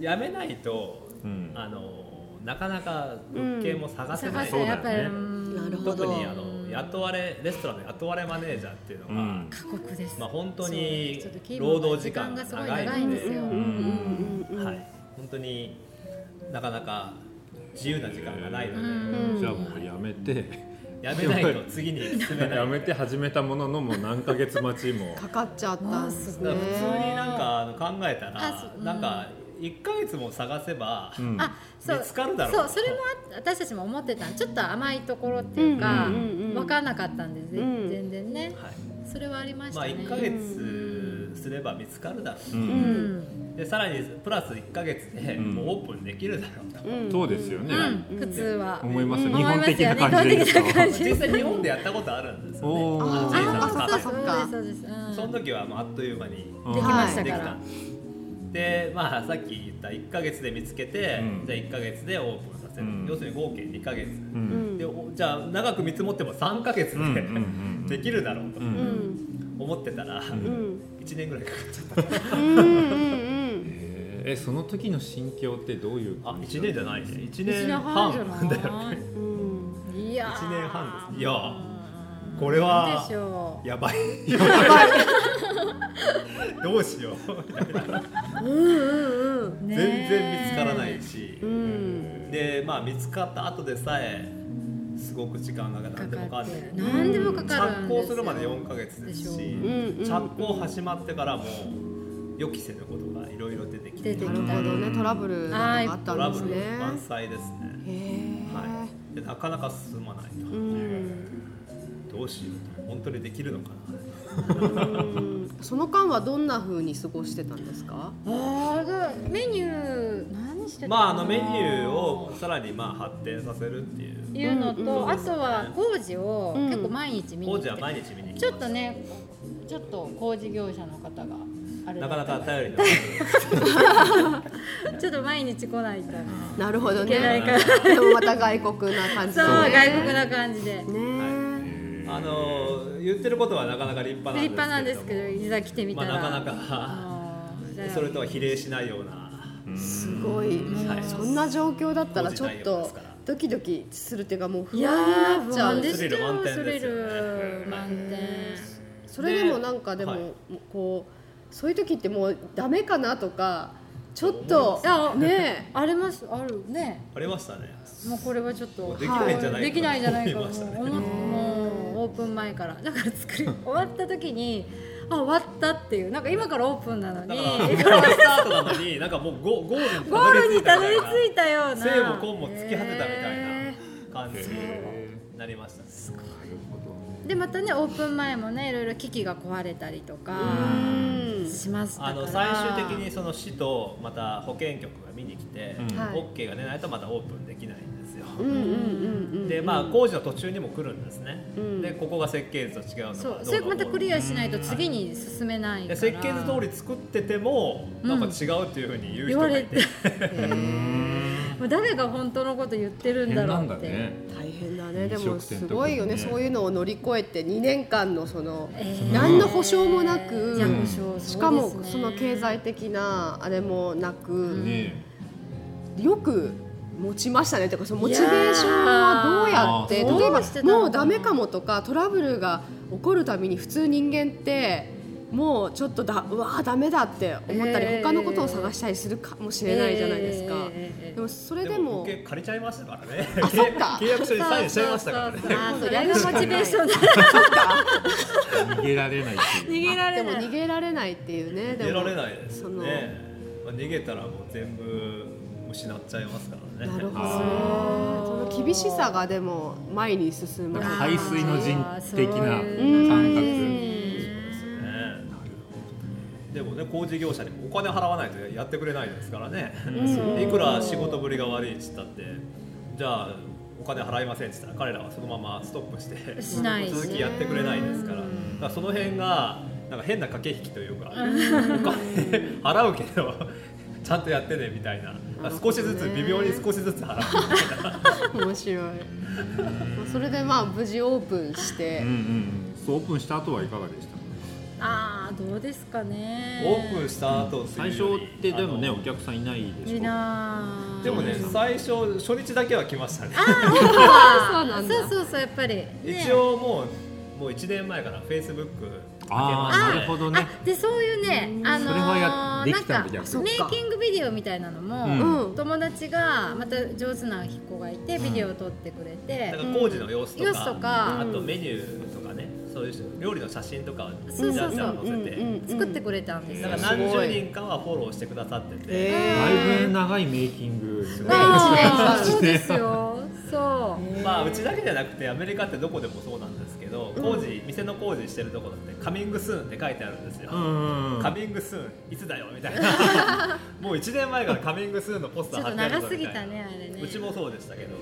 Speaker 6: やめないと
Speaker 7: うん
Speaker 6: あのなかなか物件も探せな
Speaker 5: 探
Speaker 6: い、
Speaker 5: せやっぱり
Speaker 7: そうだよね
Speaker 5: うん
Speaker 9: なるほど
Speaker 6: 特にあの雇われレストランの雇われマネージャーっていうのが、
Speaker 7: うん
Speaker 5: 過酷です。
Speaker 6: まあ、本当に
Speaker 5: そうちょっと勤務
Speaker 6: 労働時間が
Speaker 5: がすごい
Speaker 6: 長い
Speaker 5: 長いん
Speaker 6: ので
Speaker 5: ですよ。
Speaker 7: うん
Speaker 6: はい、本当になかなか自由な時間がないので、
Speaker 7: じゃあもうやめて
Speaker 6: やめないと次に進めない
Speaker 7: やめて始めたもののもう何ヶ月待 ちも
Speaker 3: かかっちゃったんです
Speaker 6: だ
Speaker 3: ね
Speaker 6: から普通になんかあの考えた
Speaker 5: あ
Speaker 6: ら
Speaker 5: そ、うん
Speaker 6: なんか1か月も探せば、
Speaker 7: うん
Speaker 5: あそう
Speaker 6: 見つかるだろう
Speaker 5: そうそれもあ私たちも思ってたちょっと甘いところっていうか、
Speaker 7: うんうん
Speaker 3: うんうん
Speaker 5: 分からなかったんです、
Speaker 3: うん
Speaker 5: 全然ね
Speaker 6: はい
Speaker 5: それはありまし
Speaker 6: まあ、
Speaker 5: たね、
Speaker 6: 1か月すれば見つかるだろ
Speaker 7: う
Speaker 6: う、
Speaker 5: うんん、
Speaker 6: でさらにプラス1か月で
Speaker 7: うん
Speaker 6: もうオープンできるだろうと、
Speaker 7: そうですよね、
Speaker 5: うん普通は、
Speaker 7: 思いますよ
Speaker 5: うん
Speaker 7: 日本的な
Speaker 5: 思います
Speaker 7: 感
Speaker 5: よ
Speaker 7: じ
Speaker 5: ね
Speaker 7: ですか
Speaker 5: 日本的な感じ
Speaker 6: 実際日本でやったことあるんですよね
Speaker 7: おー
Speaker 6: あの
Speaker 3: あ
Speaker 6: 小
Speaker 3: そっか
Speaker 6: さなカ
Speaker 3: そっ
Speaker 6: フ
Speaker 3: か
Speaker 6: ェ
Speaker 5: そうですそうです、うん
Speaker 6: その時はもうあっという間に
Speaker 7: うん
Speaker 5: できました
Speaker 6: で
Speaker 5: か
Speaker 6: き
Speaker 5: ら、
Speaker 6: たでまあさっき言った1か月で見つけて、
Speaker 7: うん
Speaker 6: じゃあ1か月でオープンさせる、
Speaker 7: うん
Speaker 6: 要するに合計2か月、
Speaker 7: うん
Speaker 6: でおじゃあ長く見積もっても3か月で、
Speaker 7: うんうんうんうん
Speaker 6: できるだろうと
Speaker 7: うん
Speaker 6: 思ってたら、1年ぐらいかかっちゃった
Speaker 7: えーえその時の心境ってどういう
Speaker 6: あ
Speaker 7: 感じ
Speaker 6: 1年じゃないです1
Speaker 5: 一
Speaker 6: 年
Speaker 5: 年半じゃ
Speaker 6: 半だよ
Speaker 5: ないいやー
Speaker 6: 一年半ですいやー
Speaker 5: うん
Speaker 6: これは
Speaker 5: でしょう
Speaker 6: やばいどうしよう
Speaker 5: ね
Speaker 6: 全
Speaker 5: ー
Speaker 6: 然見つからないし、でまあ見つかった後でさえすごく時間が何でもかかんない
Speaker 5: かかって何でもかかるんで
Speaker 6: 着
Speaker 5: すよ
Speaker 6: 工するまで4ヶ月ですし
Speaker 5: でしょ
Speaker 6: 着工始まってからも予期せぬことがいろいろ出てきて
Speaker 5: 出てき
Speaker 3: なる
Speaker 5: た
Speaker 3: ほどねトラブルがあった
Speaker 6: トラ
Speaker 3: んです
Speaker 6: ブル
Speaker 3: ね。
Speaker 6: 満載ですね、
Speaker 3: へえ。
Speaker 6: はい、でなかなか進まないと、
Speaker 3: うん
Speaker 6: どうしようと本当にできるのか
Speaker 3: う
Speaker 6: な
Speaker 3: んその間はどんな風に過ごしてたんですか？
Speaker 5: あーだメニュー何してたかな
Speaker 6: まああのメニューをさらにまあ発展させるっていう
Speaker 5: いうのと、
Speaker 3: うんうん
Speaker 5: あとは工事を結構毎日見に
Speaker 6: 工
Speaker 5: 来
Speaker 6: 事
Speaker 5: て、
Speaker 6: は毎日見に行
Speaker 5: ち
Speaker 6: き
Speaker 5: ょっ
Speaker 6: ま
Speaker 5: と
Speaker 6: す
Speaker 5: ねちょっと工事業者の方があれだ
Speaker 6: な
Speaker 5: った
Speaker 6: かな
Speaker 5: ら
Speaker 6: か頼りのない
Speaker 5: ちょっと毎日来ないと
Speaker 3: なるほど
Speaker 5: いけない
Speaker 3: ね。
Speaker 5: から
Speaker 3: でもまた外国な感じ
Speaker 5: そう
Speaker 3: で
Speaker 5: 外国な感じで
Speaker 3: ね。
Speaker 6: あの言ってることはなかなか立派
Speaker 5: 立派なんですけど
Speaker 6: ど
Speaker 5: いざ来てみたら、
Speaker 6: まあなかなか
Speaker 5: あーだよ
Speaker 6: それとは比例しないような、
Speaker 3: すごい、
Speaker 6: はい
Speaker 3: そんな状況だったらちょっ
Speaker 6: 当時大丈夫で
Speaker 3: と
Speaker 6: すから
Speaker 3: ドキドキするっていうかもう
Speaker 5: い
Speaker 3: 不
Speaker 5: や
Speaker 3: 安
Speaker 5: ー
Speaker 3: になっち
Speaker 5: 不
Speaker 3: ゃ
Speaker 5: 安
Speaker 3: う
Speaker 5: で
Speaker 6: で
Speaker 5: し
Speaker 6: す
Speaker 5: た
Speaker 6: よ
Speaker 5: よ
Speaker 6: ね
Speaker 5: スリ
Speaker 6: スリ
Speaker 5: ル
Speaker 6: ル
Speaker 5: 満
Speaker 6: 満
Speaker 5: 点
Speaker 3: それでもなんかでも、
Speaker 6: はい
Speaker 3: こうそういう時ってもうダメかなとかちょっ
Speaker 6: 思
Speaker 3: と
Speaker 6: い
Speaker 5: あ
Speaker 3: ね
Speaker 5: ありますあるね
Speaker 6: ありましたね
Speaker 5: もうこれはちょっと
Speaker 6: もうできないんじゃないかな
Speaker 5: できないんじゃないかも
Speaker 6: 思いましたね
Speaker 5: う思っもうオープン前からだから作 り終わった時にあ終わったっていうなんか今からオープンなの
Speaker 6: だ
Speaker 5: に
Speaker 6: から本当はスタートなのになんかもうゴゴール に
Speaker 5: ゴールにたど
Speaker 6: み
Speaker 5: り
Speaker 6: たいな
Speaker 5: 着いたような
Speaker 6: 西もこうも突き果てたみたい
Speaker 5: へ
Speaker 6: な感じになりましたね
Speaker 5: ーでまたねオープン前もねいろいろ機器が壊れたりとか
Speaker 3: うん
Speaker 5: します
Speaker 6: あの最終的にその市とまた保健局が見に来て、
Speaker 7: うん
Speaker 3: はい
Speaker 6: OK が出ないとまたオープンできないんですよ、
Speaker 3: うんうんうんうん
Speaker 6: でまあ工事の途中にも来るんですね、
Speaker 3: うん
Speaker 6: でここが設計図と違うのが
Speaker 5: そう
Speaker 6: ど
Speaker 5: それ
Speaker 6: う
Speaker 5: またクリアしないと次に進めないから
Speaker 6: で設計図通り作っててもなんか違うっていうふうに言う人がいて、
Speaker 5: 言わもう誰が本当のこと言ってるんだ
Speaker 7: 変な
Speaker 5: ろ
Speaker 7: ん
Speaker 5: う
Speaker 7: だ
Speaker 5: って
Speaker 7: ね
Speaker 3: 大変だねで
Speaker 7: 飲
Speaker 3: も
Speaker 7: 食店
Speaker 3: す
Speaker 7: とかもね
Speaker 3: ごいよねそういうのを乗り越えて2年間のその、
Speaker 5: えー
Speaker 3: 何の保証もなく
Speaker 5: いや保証
Speaker 3: しかも
Speaker 5: うです
Speaker 3: そ
Speaker 5: ね
Speaker 3: の経済的なあれもなく、
Speaker 7: ね
Speaker 3: よく持ちましたねとかそのモチベーションはどうやって
Speaker 5: い
Speaker 3: 例
Speaker 5: や
Speaker 3: え
Speaker 5: ー
Speaker 3: ば
Speaker 5: どうしてたのかな
Speaker 3: もうダメかもとかトラブルが起こるたびに普通人間ってもうちょっとだうわーダメだって思ったり、
Speaker 5: えー
Speaker 3: 他のことを探したりするかもしれないじゃないですか、
Speaker 5: えーえーえー
Speaker 3: でもそれで
Speaker 6: でも
Speaker 3: も
Speaker 6: 受け借りちゃいましたからね
Speaker 3: あそっか
Speaker 6: 契約書にサインしちゃいましたから
Speaker 5: そ
Speaker 6: ね
Speaker 5: うそうそうそうあーそれがモチベーションだ
Speaker 7: 逃げられないってい
Speaker 5: 逃
Speaker 7: う
Speaker 5: げら
Speaker 3: で
Speaker 5: れ
Speaker 3: も
Speaker 5: ない
Speaker 3: 逃げられないっていうね
Speaker 6: 出
Speaker 3: で
Speaker 6: ら
Speaker 3: も
Speaker 6: れないですよ
Speaker 3: その
Speaker 6: ね、まあ、逃げたらもう全部失っちゃいますからね
Speaker 3: なるほどね
Speaker 7: あ
Speaker 3: その厳しさがでも前に進む
Speaker 7: なんか背水の陣的な
Speaker 5: そういう
Speaker 7: 感
Speaker 5: うん
Speaker 6: ねでもね工事業者にもお金払わないとやってくれないですからね、いくら仕事ぶりが悪いっつったってじゃあお金払いませんっつったら彼らはそのままストップして
Speaker 5: しないしね
Speaker 6: 続きやってくれないですからだからその辺がなんか変な駆け引きというか、お金払うけどちゃんとやってねみたいな少しずつ微妙に少しずつ払う
Speaker 3: 面白いまあそれでまあ無事オープンして、
Speaker 7: うんうんそうオープンした後はいかがでした
Speaker 5: ああどうですかね
Speaker 6: オープンした後
Speaker 7: 最初ってでもね
Speaker 6: あ
Speaker 7: お
Speaker 6: の
Speaker 7: 客さんいないでし
Speaker 5: い
Speaker 7: ょ
Speaker 5: いなあ
Speaker 6: でもね最初初日だけは来ましたね
Speaker 3: そうなんだ
Speaker 5: そうそうそうやっぱり、ね、
Speaker 6: 一応もうもう1年前からフェイスブック
Speaker 7: ああなるほどね
Speaker 5: あでそういうね、あのー
Speaker 7: それはやできたんだ
Speaker 5: なん
Speaker 7: 逆
Speaker 5: か
Speaker 7: に
Speaker 5: メイキングビデオみたいなのも、
Speaker 7: うん
Speaker 3: うん
Speaker 5: 友達がまた上手な子がいてビデオを撮ってくれて
Speaker 6: なん、か工事の様子と
Speaker 5: 様
Speaker 6: か,、
Speaker 5: 子とか
Speaker 6: あとメニューとかねそういう料理の写真とかを
Speaker 5: そうそうそう
Speaker 6: じゃんじゃん載せて、
Speaker 3: うん
Speaker 5: 作ってくれたんですよ、
Speaker 6: なんか何十人かはフォローしてくださってて、
Speaker 3: え
Speaker 7: だいぶ長いメイキングですね
Speaker 5: あーそ
Speaker 7: 一年
Speaker 5: うですよそう
Speaker 6: まあうちだけじゃなくてアメリカってどこでもそうなんですけど工事店の工事してるところってカミングスーンって書いてあるんですよ、
Speaker 7: うんうん
Speaker 6: カミングスーンいつだよみたいな もう1年前からカミングスーンのポスタ
Speaker 5: ちょっと
Speaker 6: ー貼ってある
Speaker 5: 長
Speaker 6: ぞ
Speaker 5: す
Speaker 6: み
Speaker 5: ぎ
Speaker 6: たいな
Speaker 5: たねあれね
Speaker 6: うちもそうでしたけど、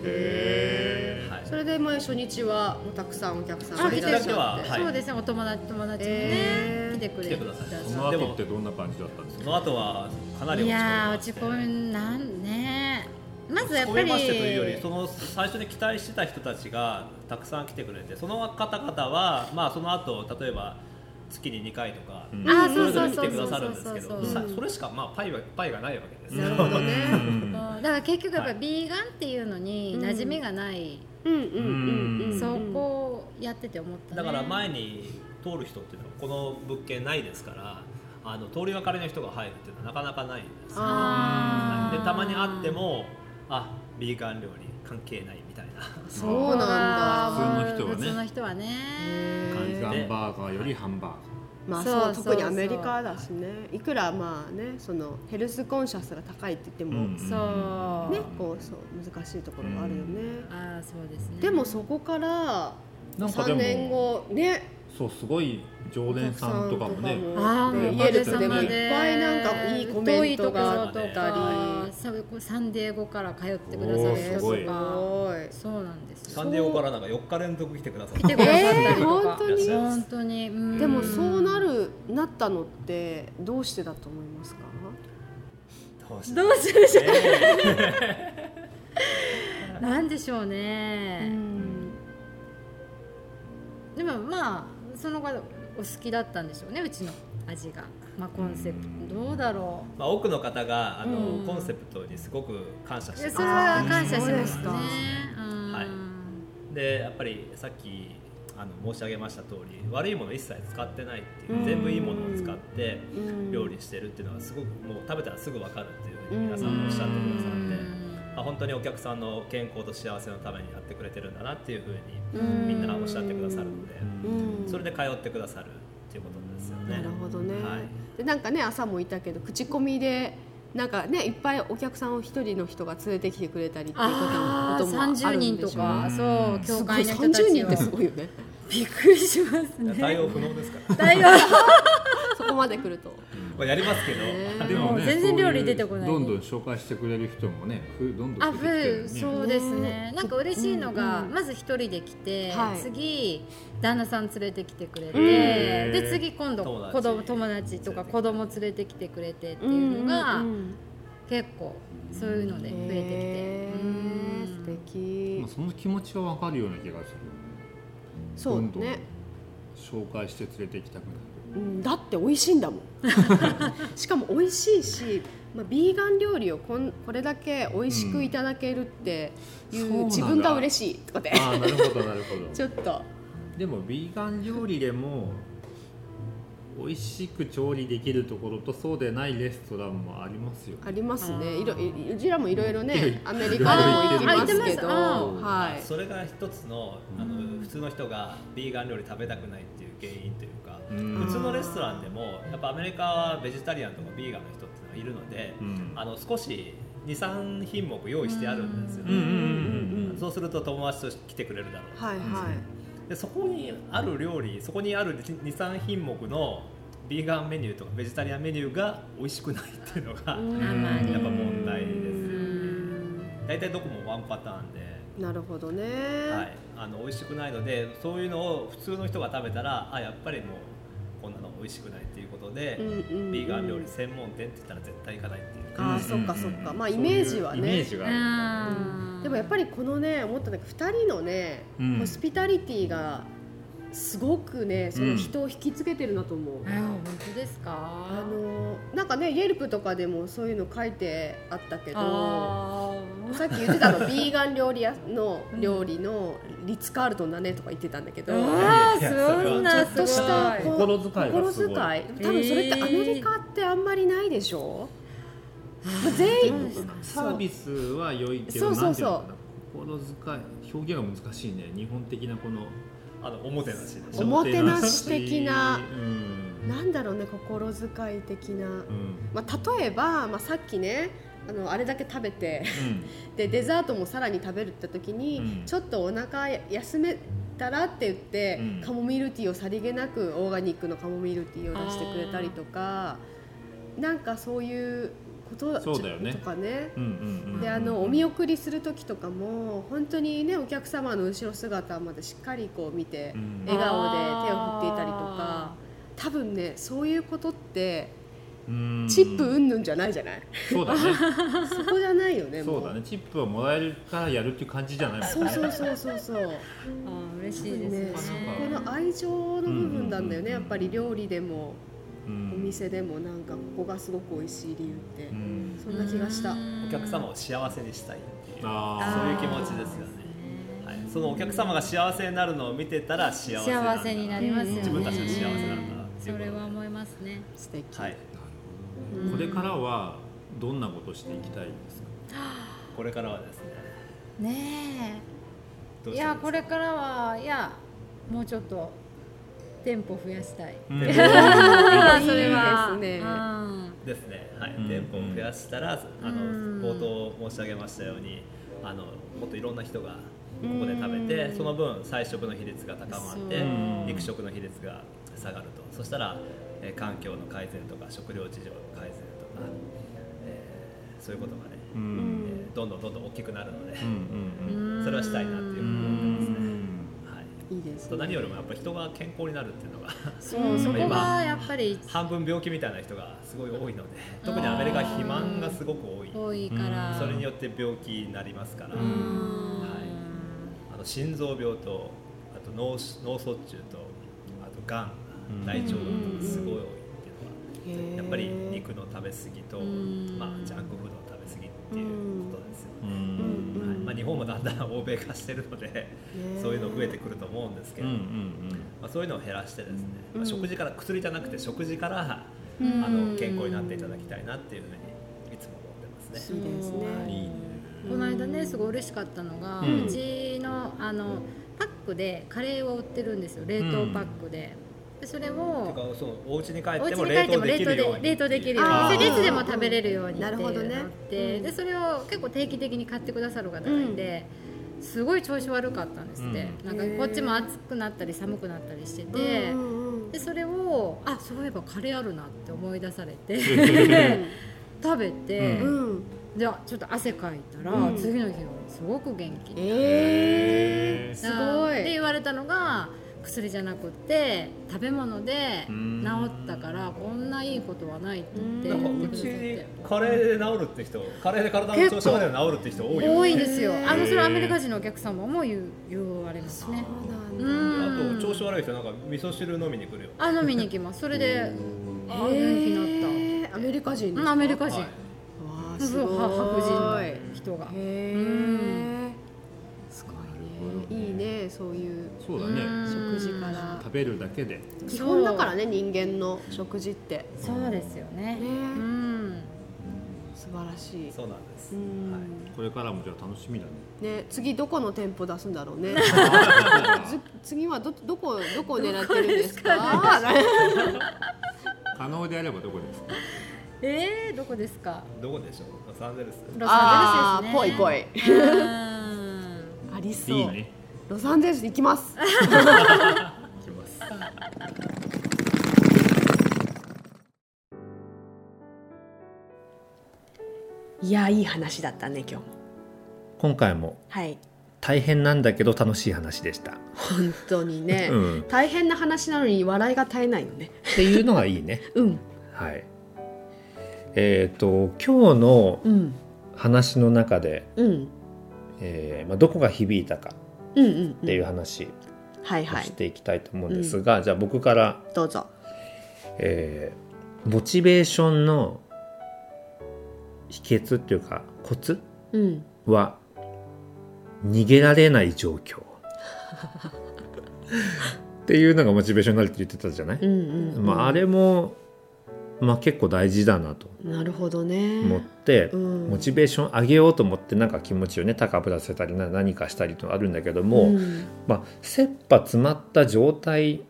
Speaker 6: はい、
Speaker 3: それでまあ初日はもうたくさんお客さん
Speaker 5: あ
Speaker 3: が
Speaker 5: 来
Speaker 3: い
Speaker 5: て
Speaker 3: ら
Speaker 5: る
Speaker 3: っしゃって
Speaker 6: はい
Speaker 5: そうですねお友達友達もね、
Speaker 3: えー
Speaker 5: 来てくれ
Speaker 6: 来てください
Speaker 7: その後ってどんな感じだったんです
Speaker 6: そ
Speaker 7: か
Speaker 6: の後はかなり
Speaker 5: い
Speaker 6: 落ち込み
Speaker 5: やー
Speaker 6: ま
Speaker 5: 落
Speaker 6: して
Speaker 5: ち込んなんねまずやっ
Speaker 6: 込
Speaker 5: ぱ
Speaker 6: め
Speaker 5: り
Speaker 6: ましてというよりその最初に期待してた人たちがたくさん来てくれてその方々は、まあ、その後例えば月に2回とか、
Speaker 7: ん
Speaker 5: あー
Speaker 6: そ
Speaker 5: そ
Speaker 6: れ
Speaker 5: う
Speaker 6: ぞ
Speaker 5: そ
Speaker 6: れ
Speaker 5: う
Speaker 6: 来
Speaker 5: そ
Speaker 6: て
Speaker 5: う
Speaker 6: く
Speaker 5: そ
Speaker 6: だ
Speaker 5: うそうそうそ
Speaker 6: さるんですけど、
Speaker 5: う
Speaker 6: さそれしか、まあ、パイはパイがないわけです
Speaker 3: な
Speaker 6: よ
Speaker 3: るほどね
Speaker 7: うん
Speaker 5: だから結局やっぱ
Speaker 6: はい
Speaker 5: ビーガンっていうのに馴染みがない、
Speaker 3: うんうんうんうん
Speaker 5: そこをやってて思った、ね、
Speaker 6: だから前に通る人っていうのはこの物件ないですからあの通りがかりの人が入るっていうのはなかなかないんですよ
Speaker 5: あ
Speaker 6: で
Speaker 5: ー
Speaker 6: たまに会ってもあビーガン料理関係ないみたいな
Speaker 3: そうなんだ
Speaker 7: 普通の人はね
Speaker 5: 普通の人はね
Speaker 7: 感じ
Speaker 3: へー
Speaker 7: ハンバーガーよりハンバーガー
Speaker 3: まあそう
Speaker 5: そ
Speaker 3: 特
Speaker 5: う
Speaker 3: に
Speaker 5: そう
Speaker 3: アメリカだしねいくらまあねそのヘルスコンシャスが高いって言っても、
Speaker 7: うん
Speaker 5: そう
Speaker 3: ねこうそう難しいところがあるよね、
Speaker 5: ああそうですね
Speaker 3: でもそこから
Speaker 7: なんかで
Speaker 3: 3
Speaker 7: も
Speaker 3: 年後ね
Speaker 7: そうすごい常連さんとかもね
Speaker 5: あー
Speaker 3: ね
Speaker 5: お
Speaker 3: イ
Speaker 5: か
Speaker 3: エ
Speaker 5: げ
Speaker 3: ルツ
Speaker 5: さ
Speaker 3: で
Speaker 5: ま
Speaker 3: もいっぱいなんかいいコメントがあっ
Speaker 5: 遠いとこ
Speaker 3: たり
Speaker 5: ろとかそうこうサンデーゴから通ってくださ
Speaker 7: お
Speaker 5: る
Speaker 7: ー
Speaker 5: 人
Speaker 7: すごい
Speaker 5: とか
Speaker 3: ごい
Speaker 5: そうなんです
Speaker 6: サ
Speaker 5: よ
Speaker 6: ンデーゴからなんか4日連続来てくださって
Speaker 5: 来てくださったりと
Speaker 3: えー
Speaker 5: か
Speaker 3: 本当に
Speaker 5: 本当にうん
Speaker 3: でもそうなるなったのってどうしてだと思いますか
Speaker 6: どうし
Speaker 5: どうするじゃ
Speaker 6: たね
Speaker 5: なんでしょうねでもまあその方お好きだったんでしょうねうちの味がまあコンセプトどうだろ
Speaker 6: まあ、多くの方があの、
Speaker 5: うん
Speaker 6: コンセプトにすごく感謝
Speaker 5: う
Speaker 6: し
Speaker 5: いや
Speaker 6: てます
Speaker 5: それは感謝し
Speaker 3: そうで
Speaker 5: ますすね
Speaker 3: か
Speaker 5: うん
Speaker 6: はいでやっぱりさっきあの申し上げました通り悪いもの一切使ってないっていう、
Speaker 3: うん
Speaker 6: 全部いいものを使って
Speaker 3: うん
Speaker 6: 料理してるっていうのはすごくもう食べたらすぐ分かるっていうふうに皆さんおっしゃってくださって、あ本当にお客さんの健康と幸せのためにやってくれてるんだなっていうふうに
Speaker 3: うん
Speaker 6: みんなおっしゃってくださるので、
Speaker 3: うん
Speaker 6: それで通ってくださるっていうことですよね。
Speaker 3: なるほどね、
Speaker 6: はい
Speaker 3: でなんかね朝もいたけど口コミでなんかねいっぱいお客さんを一人の人が連れてきてくれたりっていうことも
Speaker 5: あ
Speaker 3: こと
Speaker 5: ー
Speaker 3: もあるんでしょ
Speaker 5: 30人とかそう
Speaker 3: すご
Speaker 5: 教
Speaker 3: い
Speaker 5: 会の人た
Speaker 3: 30
Speaker 5: ち
Speaker 3: 人って
Speaker 5: は
Speaker 3: すごいよね
Speaker 5: びっくりします
Speaker 6: いや対
Speaker 5: ね
Speaker 6: 応不能ですから、
Speaker 5: 大王
Speaker 3: そこまで来ると
Speaker 6: まあ、やりますけど、
Speaker 7: でもね
Speaker 5: もう全然料理出てこない
Speaker 7: そううどんどん紹介してくれる人もねふどんど
Speaker 5: あ
Speaker 7: ん出てきてる
Speaker 5: ふ
Speaker 7: よね
Speaker 5: そうですねなんか嬉しいのが、
Speaker 3: うんうん
Speaker 5: まず一人で来て、
Speaker 3: はい
Speaker 5: 次旦那さん連れてきてくれて、
Speaker 7: へー
Speaker 5: で次今度
Speaker 6: 友達
Speaker 5: 子供友達とか子供連れてきてくれてっていうのが、
Speaker 3: ん
Speaker 5: 結構そういうので増え
Speaker 3: へ
Speaker 5: てきて、
Speaker 3: ー素敵
Speaker 5: うん
Speaker 7: まあ、その気持ちはわかるような気がする
Speaker 3: そう
Speaker 7: どんどん
Speaker 3: ね、
Speaker 7: 紹介して連れてきたくなる
Speaker 3: うん、だって美味しいんだもんしかも美味しいし、まあ、ビーガン料理をこんこれだけ美味しくいただけるっていう、
Speaker 7: うんそうな
Speaker 3: 自分
Speaker 7: んだ
Speaker 3: が嬉しいとかで
Speaker 7: ああなるほどなるほど
Speaker 3: ちょっと
Speaker 7: でもビーガン料理でも美味しく調理できるところとそうでないレストランもありますよ
Speaker 3: ありますねいろいうちらもいろいろね
Speaker 7: うん
Speaker 3: アメリカでも行きますけど
Speaker 5: あ
Speaker 7: ー
Speaker 3: はい
Speaker 6: それが一つのあの普通の人がビーガン料理食べたくないっていう原因というか、
Speaker 7: うん
Speaker 6: 普通のレストランでもやっぱアメリカはベジタリアンとかビーガンの人っていうのがいるので、
Speaker 7: うん
Speaker 6: あの少し23品目用意してあるんですよ
Speaker 7: うんうん
Speaker 6: ね、
Speaker 7: うんうん
Speaker 6: そうすると友達と来てくれるだろう、
Speaker 3: はいはい
Speaker 6: でそこにある料理そこにある23品目のビーガンメニューとかベジタリアンメニューが美味しくないっていうのが、
Speaker 3: うん
Speaker 5: あまり
Speaker 6: やっぱ問題です
Speaker 5: う
Speaker 6: よ
Speaker 5: ん
Speaker 6: 大体どこもワンパターンで。
Speaker 3: なるほどね、
Speaker 6: はい、あの美味しくないのでそういうのを普通の人が食べたらあやっぱりもうこんなの美味しくないっていうことで、
Speaker 3: うんうんうん
Speaker 6: ビーガン料理専門店って言ったら絶対行かないっていう
Speaker 3: ああそっかそっかまあイメージは
Speaker 2: イメー
Speaker 3: ね
Speaker 2: ジがある
Speaker 5: ん
Speaker 3: でもやっぱりこのね思ったんだけど2人のね
Speaker 2: うん
Speaker 3: ホスピタリティがすごくねその人を引きつけてるなと思う、
Speaker 5: あ本当ですか
Speaker 3: あのなんかねイェルプとかでもそういうの書いてあったけど
Speaker 5: あー
Speaker 3: さっき言ってたのビーガン料理屋の料理のリッツ・カールトンだねとか言ってたんだけど、
Speaker 5: あー
Speaker 6: いや
Speaker 5: そんな
Speaker 3: ちょっとした
Speaker 5: すごい
Speaker 3: こう
Speaker 2: 心遣いが
Speaker 3: 心
Speaker 2: す
Speaker 3: 遣
Speaker 2: ごい
Speaker 3: い多分それってアメリカってあんまりないでしょ、まあ全員
Speaker 2: サービスは良いけ
Speaker 3: そ
Speaker 2: ど
Speaker 3: うそうそう
Speaker 2: なんていうのかな心遣い表現が難しいね日本的なこの
Speaker 6: あのおもてなしでし
Speaker 3: お
Speaker 6: ょ
Speaker 3: もてなし的な
Speaker 2: うん
Speaker 3: なんだろうね心遣い的な
Speaker 2: う、ん
Speaker 3: まあ、例えば、まあ、さっきねあのあれだけ食べて
Speaker 2: うん
Speaker 3: でデザートもさらに食べるって時に、
Speaker 2: うん
Speaker 3: ちょっとお腹休めたらって言って、
Speaker 2: うん
Speaker 3: カモミールティーをさりげなくオーガニックのカモミールティーを出してくれたりとかなんかそういうこと
Speaker 2: そうだよね
Speaker 3: とかね
Speaker 2: うんうんうん
Speaker 3: であのお見送りする時とかも本当にねお客様の後ろ姿までしっかりこう見て、
Speaker 2: うん
Speaker 3: 笑顔で手を振っていたりとか多分ねそういうことって
Speaker 2: うん
Speaker 3: チップうんぬんじゃないじゃない、
Speaker 2: そうだね
Speaker 3: そこじゃないよねも
Speaker 2: そうだねチップをもらえるからやるっていう感じじゃないもんね
Speaker 3: そうそうそうそうそう
Speaker 5: あー嬉しい
Speaker 3: ね
Speaker 5: で、す
Speaker 3: そ
Speaker 5: ね
Speaker 3: この愛情の部分なんだよね、
Speaker 2: うんうんうんうん
Speaker 3: やっぱり料理でも
Speaker 2: う
Speaker 3: お
Speaker 2: ん
Speaker 3: 店でもなんかここがすごく美味しい理由って、
Speaker 2: うん
Speaker 3: そんな気がした、
Speaker 6: お客様を幸せにしたいっていう
Speaker 2: あ
Speaker 6: そういう気持ちですよね、はい、そのお客様が幸せになるのを見てたら幸せんだ
Speaker 5: 幸せになりますよね
Speaker 6: 自分たちが幸せなんだなって
Speaker 5: そ
Speaker 6: い
Speaker 5: う
Speaker 6: ことで
Speaker 5: れは思いますね
Speaker 3: 素敵
Speaker 6: はい、
Speaker 2: これからはどんなことしていきたいですか
Speaker 6: これからはですね
Speaker 5: ね
Speaker 6: ど
Speaker 5: え
Speaker 6: う
Speaker 5: い
Speaker 6: したら
Speaker 5: や
Speaker 6: いい
Speaker 5: これからはいやもうちょっと店舗増やしたい
Speaker 2: うん
Speaker 5: あ
Speaker 3: いい
Speaker 5: ーそれはい
Speaker 3: いですね
Speaker 5: うん
Speaker 6: ですね、はい
Speaker 2: うん
Speaker 6: 店舗を増やしたら、あの
Speaker 5: うん
Speaker 6: 冒頭申し上げましたようにあのもっといろんな人がここで食べて、その分菜食の比率が高まって
Speaker 2: うん
Speaker 6: 肉食の比率が下がるとそしたら、えー環境の改善とか食料事情の改善とか、えーそういうことがね、
Speaker 2: うんうん
Speaker 6: えーどんどんどんどん大きくなるので
Speaker 2: う、ん
Speaker 6: それはしたいなっていう
Speaker 2: う
Speaker 6: ふうに思ってますね。
Speaker 2: ん
Speaker 6: はい
Speaker 3: いいです
Speaker 6: あと何よりもやっぱ人が健康になるっていうのが
Speaker 5: そうそこがやっぱり
Speaker 6: 半分病気みたいな人がすごい多いので特にアメリカは肥満がすごく多い
Speaker 5: 多いから
Speaker 6: それによって病気になりますから、
Speaker 5: うん
Speaker 6: あの心臓病とあと脳し脳卒中とあとが
Speaker 2: うん
Speaker 6: ん大腸がんとかすごい多いってい
Speaker 3: へ
Speaker 6: うの
Speaker 3: ー
Speaker 6: はやっぱり肉の食べ過ぎと、
Speaker 5: ん
Speaker 6: まあ、ジャンクフードの食べ過ぎっていうことですよ
Speaker 2: う
Speaker 6: ね、
Speaker 2: ん
Speaker 6: はいまあ、日本もだんだん欧米化してるのでそういうの増えてくると思うんですけ
Speaker 2: うんう
Speaker 6: ど、
Speaker 2: ん
Speaker 6: まあ、そういうのを減らしてですね、ま
Speaker 3: うん
Speaker 6: あ、食事から薬じゃなくて食事から、
Speaker 5: うん
Speaker 6: あの健康になっていただきたいなっていうふうにいつも思ってますね。
Speaker 3: いいですね
Speaker 2: うんいいね
Speaker 5: この間ねすごい嬉しかったのが、
Speaker 2: うん
Speaker 5: うちのあのパックでカレーを売ってるんですよ冷凍パックで,、でそれ
Speaker 6: てか
Speaker 5: を
Speaker 6: そうお家に帰
Speaker 5: お
Speaker 6: っ
Speaker 5: 家
Speaker 6: ても
Speaker 5: に帰
Speaker 6: 冷
Speaker 5: って
Speaker 6: 凍
Speaker 5: も
Speaker 6: でき
Speaker 5: 冷凍
Speaker 6: るよう
Speaker 5: で
Speaker 6: に
Speaker 5: 冷凍できるよう
Speaker 3: あー
Speaker 5: にでいつでも食べれるようにっていうのがあ
Speaker 3: な
Speaker 5: って
Speaker 3: るほどね
Speaker 5: でそれを結構定期的に買ってくださる方がいて、すごい調子悪かったんですって、
Speaker 3: うん
Speaker 5: なんかこっちも暑くなったり寒くなったりしてて、でそれをあそういえばカレーあるなって思い出されて 食べて、
Speaker 2: うん
Speaker 3: うん
Speaker 5: じゃあちょっと汗かいたら、
Speaker 3: うん
Speaker 5: 次の日がすごく元気
Speaker 3: えー、すご
Speaker 5: って
Speaker 3: い
Speaker 5: 言われたのが薬じゃなくって食べ物で
Speaker 2: う
Speaker 5: 治
Speaker 2: ん
Speaker 5: ったからこんないいことはないって言って
Speaker 6: な
Speaker 5: 言って
Speaker 6: んかう
Speaker 5: くださって
Speaker 6: ちカレーで治るって人カレーで体の調子が治るって人多いよ、
Speaker 5: 多い
Speaker 6: ね、
Speaker 5: んですよあのそれアメリカ人のお客様も言う言われますね
Speaker 3: そう
Speaker 5: う
Speaker 3: なんだ
Speaker 5: ん
Speaker 6: あと調子悪い人なんか味噌汁飲みに来るよ
Speaker 5: あ飲みに行きますそれであ元気になっ
Speaker 3: えーアメリカ人
Speaker 5: た
Speaker 3: です
Speaker 5: うん
Speaker 3: か
Speaker 5: アメリカ人
Speaker 6: はい
Speaker 3: わー
Speaker 5: す
Speaker 3: す
Speaker 5: ご
Speaker 3: ご
Speaker 5: い
Speaker 3: い
Speaker 5: 白人の人が
Speaker 3: へ
Speaker 5: うん
Speaker 3: ーすごいねいいねそういう
Speaker 2: そうだ
Speaker 5: うん
Speaker 2: ね
Speaker 3: 食事から
Speaker 2: 食べるだけで
Speaker 3: 基本だからね人間の食事って
Speaker 5: そうですよね
Speaker 3: ね
Speaker 5: うん
Speaker 3: 素晴らしい
Speaker 6: そうなんです、
Speaker 3: うん
Speaker 6: はい、
Speaker 2: これからもじゃあ楽しみだね
Speaker 3: ね次どこの店舗出すんだろうね
Speaker 2: あ
Speaker 3: ず次はどどこどこを狙ってるんです か
Speaker 2: ー可能であればどこですか
Speaker 5: えー、どこですか
Speaker 6: どこでしょうロサンゼルス
Speaker 5: ロサ
Speaker 3: あ
Speaker 5: ンゼルスで
Speaker 3: あー
Speaker 5: すね
Speaker 3: ぽいぽい
Speaker 5: うん
Speaker 3: ありそう
Speaker 2: いいね
Speaker 3: ロサンゼルス行きます
Speaker 2: 行きます
Speaker 10: いやいい話だったね今日も
Speaker 11: 今回も
Speaker 10: はい
Speaker 2: 大変なんだけど楽しい話でした、
Speaker 3: 本当にね、
Speaker 2: うん、
Speaker 3: 大変な話なのに笑いが絶えないよね
Speaker 2: っていうのがいいね
Speaker 3: うん
Speaker 2: はいえっ、と今日の
Speaker 3: うん
Speaker 2: 話の中で、
Speaker 3: うん
Speaker 2: えーまあ、どこが響いたか
Speaker 3: うんうん
Speaker 2: っていう話
Speaker 3: はい
Speaker 2: を
Speaker 3: は
Speaker 2: し
Speaker 3: い
Speaker 2: ていきたいと思うんですが、じゃあ僕から、
Speaker 3: どうぞ
Speaker 2: えーモチベーションの秘訣っていうかコツ
Speaker 3: うん
Speaker 2: は逃げられない状 況っていうのがモチベーションになるって言ってたじゃない、
Speaker 3: うんうんうん
Speaker 2: まあ、あれも、まあ、結構大事だなと
Speaker 3: なるほどね
Speaker 2: 思って、
Speaker 3: うん
Speaker 2: モチベーション上げようと思ってなんか気持ちをね高ぶらせたりな何かしたりとあるんだけども、
Speaker 3: うん
Speaker 2: まあ、切羽詰まった状態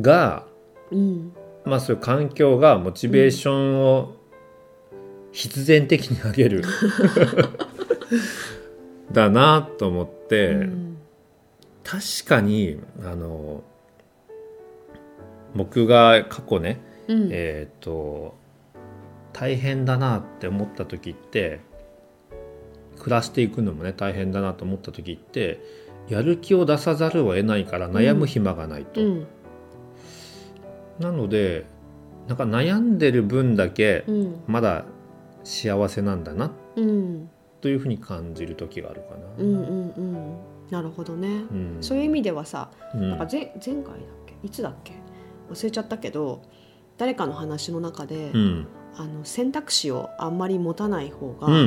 Speaker 2: が、
Speaker 3: うん
Speaker 2: まあ、そういう環境がモチベーションを必然的に上げる、 だなと思って、
Speaker 3: うん
Speaker 2: 確かにあの僕が過去ね、
Speaker 3: うん
Speaker 2: えっ、と大変だなって思った時って暮らしていくのもね大変だなと思った時ってやる気を出さざるを得ないから悩む暇がない
Speaker 3: う
Speaker 2: と、
Speaker 3: ん
Speaker 2: なのでなんか悩んでる分だけ
Speaker 3: うん
Speaker 2: まだ幸せなんだな
Speaker 3: うん
Speaker 2: というふうに感じる時があるかな。
Speaker 3: うんうんうんなるほどね
Speaker 2: うん
Speaker 3: そういう意味ではさ
Speaker 2: うん
Speaker 3: なんか前前回だっけいつだっけ忘れちゃったけど誰かの話の中で、
Speaker 2: うん
Speaker 3: あの選択肢をあんまり持たない方が、
Speaker 2: うんうんうんう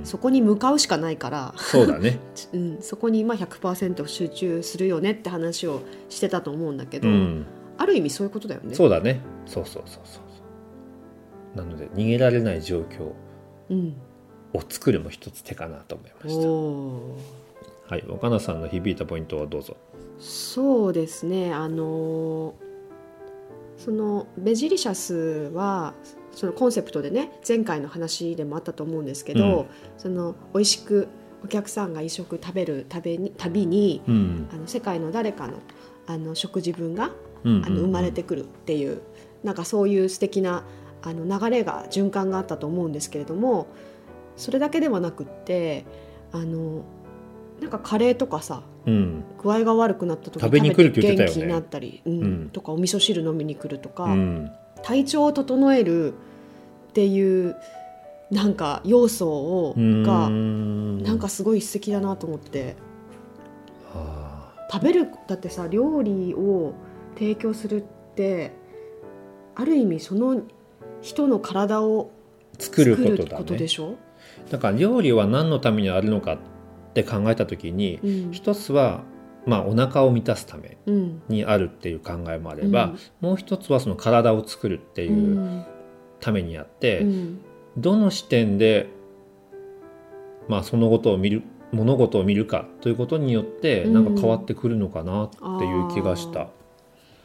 Speaker 2: ん
Speaker 3: そこに向かうしかないから、
Speaker 2: そうだね。
Speaker 3: うん、そこに今100%集中するよねって話をしてたと思うんだけ
Speaker 2: う
Speaker 3: ど、
Speaker 2: ん
Speaker 3: ある意味そういうことだよね。
Speaker 2: そううだねそうそうそうそうそうなので逃げられない状況
Speaker 3: ん、
Speaker 2: を作るも一つ手かなと思いまし
Speaker 3: おー
Speaker 2: たはい若菜さんの響いたポイントはどうぞ
Speaker 3: そうですねあのーそのベジリシャスはそのコンセプトでね前回の話でもあったと思うんですけど、
Speaker 2: うん
Speaker 3: その美味しくお客さんが一食食べるたびにたびに
Speaker 2: うん
Speaker 3: あの世界の誰かのあの食事分が
Speaker 2: うん
Speaker 3: あの生まれてくるっていうなんかそういう素敵なあの流れが循環があったと思うんですけれどもそれだけではなくってあのなんかカレーとかさ
Speaker 2: うん
Speaker 3: 具合が悪くなった時
Speaker 2: 食べに来るって言ってたよね
Speaker 3: 元気になったり、うん
Speaker 2: うん
Speaker 3: とかお味噌汁飲みに来るとか、
Speaker 2: うん
Speaker 3: 体調を整えるっていうなんか要素を
Speaker 2: うん
Speaker 3: が
Speaker 2: な
Speaker 3: なんかすごい素敵だなと思って
Speaker 2: あ
Speaker 3: 食べるだってさ料理を提供するってある意味その人の体を
Speaker 2: ー
Speaker 3: 作
Speaker 2: 作
Speaker 3: る
Speaker 2: ること
Speaker 3: って
Speaker 2: だ
Speaker 3: ことで
Speaker 2: ね
Speaker 3: しょ、
Speaker 2: だから料理は何のためにあるのかって考えた時に
Speaker 3: うん
Speaker 2: 一つはまあお腹を満たすため
Speaker 3: うん
Speaker 2: にあるっていう考えもあれば、もう一つはその体を作るって
Speaker 3: う
Speaker 2: いうんためにあって、
Speaker 3: うん
Speaker 2: どの視点で、まあ、そのことを見る物事を見るかということによって
Speaker 3: うん
Speaker 2: なんか変わってくるのかなっていう気がした。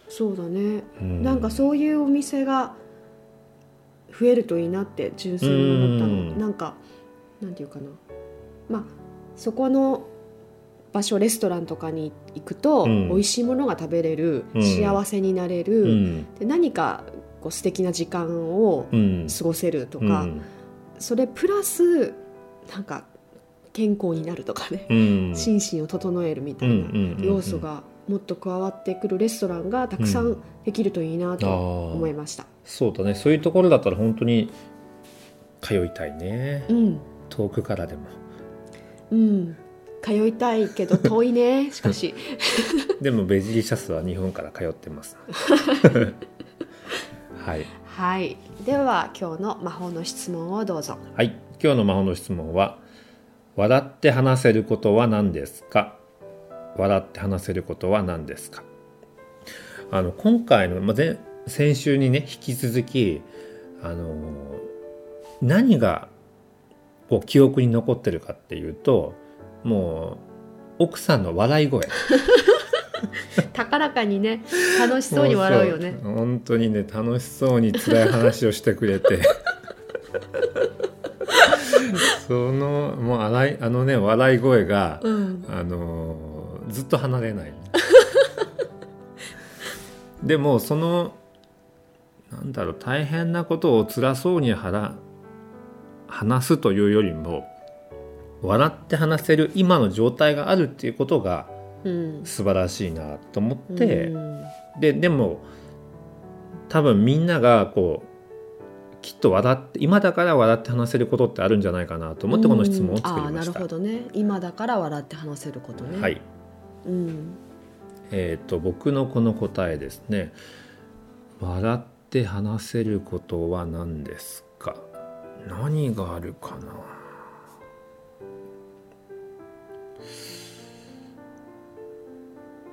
Speaker 3: そうだね
Speaker 2: うん
Speaker 3: なんかそういうお店が増えるといいなって純粋に思ったの、
Speaker 2: うん
Speaker 3: なんかなんていうかなまあそこの場所レストランとかに行くと、
Speaker 2: うん
Speaker 3: 美味しいものが食べれる、
Speaker 2: うん
Speaker 3: 幸せになれる、
Speaker 2: うん
Speaker 3: で何かこう素敵な時間を
Speaker 2: うん
Speaker 3: 過ごせると
Speaker 2: うん
Speaker 3: か、それプラスなんか健康になるとかね、
Speaker 2: うん
Speaker 3: 心身を整えるみたい
Speaker 2: うんうんうんう
Speaker 3: なん要素がもっと加わってくるレストランがたくさ
Speaker 2: うん
Speaker 3: できるといいな
Speaker 2: あ
Speaker 3: と
Speaker 2: ー
Speaker 3: 思いました。
Speaker 2: そうだねそういうところだったら本当に通いたいね
Speaker 3: うん、
Speaker 2: 遠くからでも
Speaker 3: うん、通いたいけど遠い ねしかし
Speaker 2: でもベジリシャスは日本から通っ てますはい
Speaker 3: はいでは今日の魔法の質問をどうぞ
Speaker 2: はい、今日の魔法の質問は「笑って話せることは何ですか?」「笑って話せることは何ですか?」あの今回の、まあ、前先週にね引き続きあの何がこう記憶に残ってるかっていうともう奥さんの笑い声
Speaker 3: 高らかにね楽しそうに笑うよね
Speaker 2: もそう本当にね楽しそうに辛い話をしてく れてそのもうあらいあのね笑い声が、
Speaker 3: うん
Speaker 2: あのーずっと離れない でもそのなんだろう大変なことを辛そうにはら話すというよりも笑って話せる今の状態があるっていうことが
Speaker 3: うん
Speaker 2: 素晴らしいなと思って、
Speaker 3: うん
Speaker 2: ででも多分みんながこうきっと笑って今だから笑って話せることってあるんじゃないかなと思ってこの質問を作
Speaker 3: う
Speaker 2: り
Speaker 3: んあー
Speaker 2: ま
Speaker 3: な
Speaker 2: し
Speaker 3: る
Speaker 2: た。
Speaker 3: ほどね今だから笑って話せることね
Speaker 2: はい、
Speaker 3: うん
Speaker 2: えー、と僕のこの答えですね「笑って話せることは何ですか?」何があるかな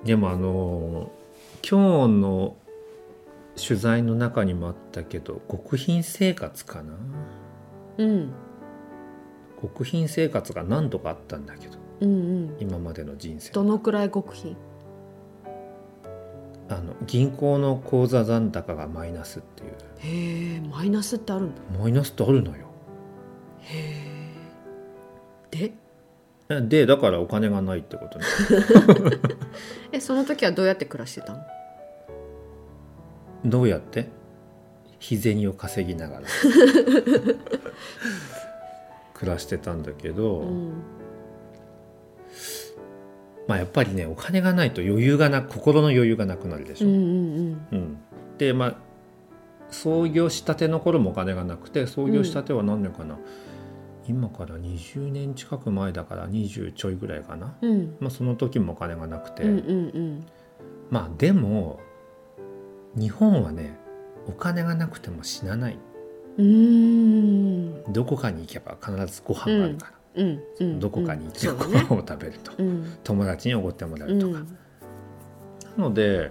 Speaker 2: でもあの今日の取材の中にもあったけど極貧生活かな
Speaker 3: うん
Speaker 2: 極貧生活が何度かあったんだけど
Speaker 3: うんうん
Speaker 2: 今までの人生
Speaker 3: どのくらい極貧
Speaker 2: あの銀行の口座残高がマイナスっていう
Speaker 3: へえマイナスってあるんだ
Speaker 2: マイナスってあるのよ
Speaker 3: で
Speaker 2: でだからお金がないっ てことね
Speaker 3: えその時はどうやって暮らしてたの
Speaker 2: どうやって日銭を稼ぎな がら暮らしてたんだけど、
Speaker 3: うん
Speaker 2: まあやっぱりねお金がないと余裕がな心の余裕がなくなるでし
Speaker 3: う
Speaker 2: ょ、
Speaker 3: んう
Speaker 2: うん
Speaker 3: ん
Speaker 2: でまあ創業したての頃もお金がなくて創業したては何年かな、今から20年近く前だから20ちょいぐらいかな、
Speaker 3: うんうん
Speaker 2: まあ、その時もお金がなくて、
Speaker 3: うんうんうん
Speaker 2: まあでも日本はねお金がなくても死なないう
Speaker 3: ーん
Speaker 2: どこかに行けば必ずご飯があるから、
Speaker 3: うんうん
Speaker 2: どこかに行って
Speaker 3: う
Speaker 2: ご
Speaker 3: んそうだね
Speaker 2: 飯を食べると、
Speaker 3: うん
Speaker 2: 友達におごってもら
Speaker 3: う
Speaker 2: うとか、
Speaker 3: ん
Speaker 2: なので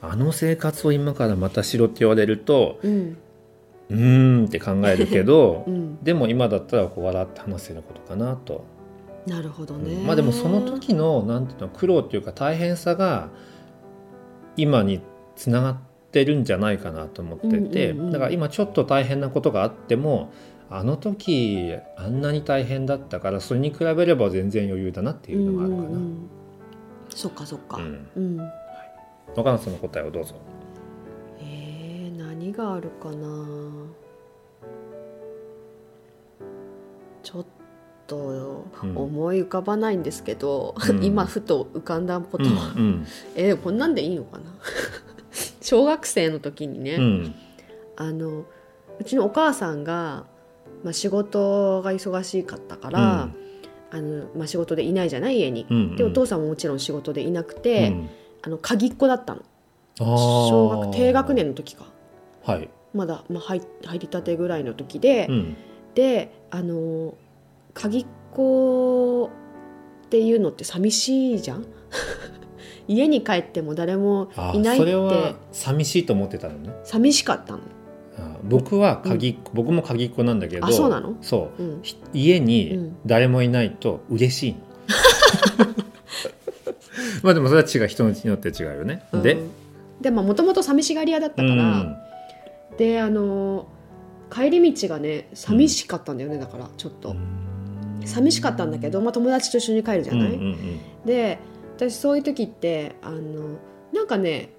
Speaker 2: あの生活を今からまたしろって言われると
Speaker 3: うん
Speaker 2: うーんって考えるけど
Speaker 3: うん
Speaker 2: でも今だったらこう笑って話せることかなと、
Speaker 3: なるほど
Speaker 2: う
Speaker 3: ね
Speaker 2: んまあでもその時のなんていうの苦労っていうか大変さが今につながってるんじゃないかなと思ってて、
Speaker 3: うんうんうん
Speaker 2: だから今ちょっと大変なことがあってもあの時あんなに大変だったからそれに比べれば全然余裕だなっていうのがあるか
Speaker 3: うんうんう
Speaker 2: な。
Speaker 3: んそっかそっか
Speaker 2: うん
Speaker 3: うん
Speaker 2: 若菜さんの答えをどうぞ。
Speaker 3: えー、何があるかなちょっと
Speaker 2: うん
Speaker 3: 思い浮かばないんですけど、
Speaker 2: うん
Speaker 3: 今ふと浮かんだこと、
Speaker 2: うんうん
Speaker 3: えーこんなんでいいのかな 小学生の時にね、
Speaker 2: うん
Speaker 3: あのうちのお母さんが、まあ、仕事が忙しかったから、あのまあ、仕事でいないじゃない家に。
Speaker 2: うんうん
Speaker 3: でお父さんももちろん仕事でいなくて、
Speaker 2: うん
Speaker 3: あの鍵っ子だったの
Speaker 2: あー
Speaker 3: 小学低学年の時か
Speaker 2: はい、
Speaker 3: まだ、まあ、入入りたてぐらいの時で、
Speaker 2: うん
Speaker 3: であの鍵っ子っていうのって寂しいじゃん 家に帰っても誰も
Speaker 2: あー
Speaker 3: いないっ
Speaker 2: それは
Speaker 3: て
Speaker 2: 寂しいと思ってたのね。
Speaker 3: 寂しかったの、
Speaker 2: あ僕は鍵っ子、僕も鍵っ子なんだけど
Speaker 3: あそうなの
Speaker 2: そう
Speaker 3: うん、
Speaker 2: ひ家
Speaker 3: う
Speaker 2: に
Speaker 3: ん
Speaker 2: 誰もいないと 嬉しいのまあでもそれは違う人の家によって違うよね、
Speaker 3: うん
Speaker 2: で、
Speaker 3: でもともと寂しがり屋だった
Speaker 2: う
Speaker 3: から、
Speaker 2: ん、
Speaker 3: であの帰り道がね寂しかったんだよねだからちょっと寂しかったんだけど、まあ、友達と一緒に帰るじゃ
Speaker 2: うんう
Speaker 3: なんい、
Speaker 2: うん
Speaker 3: で私そういう時ってあのなんかね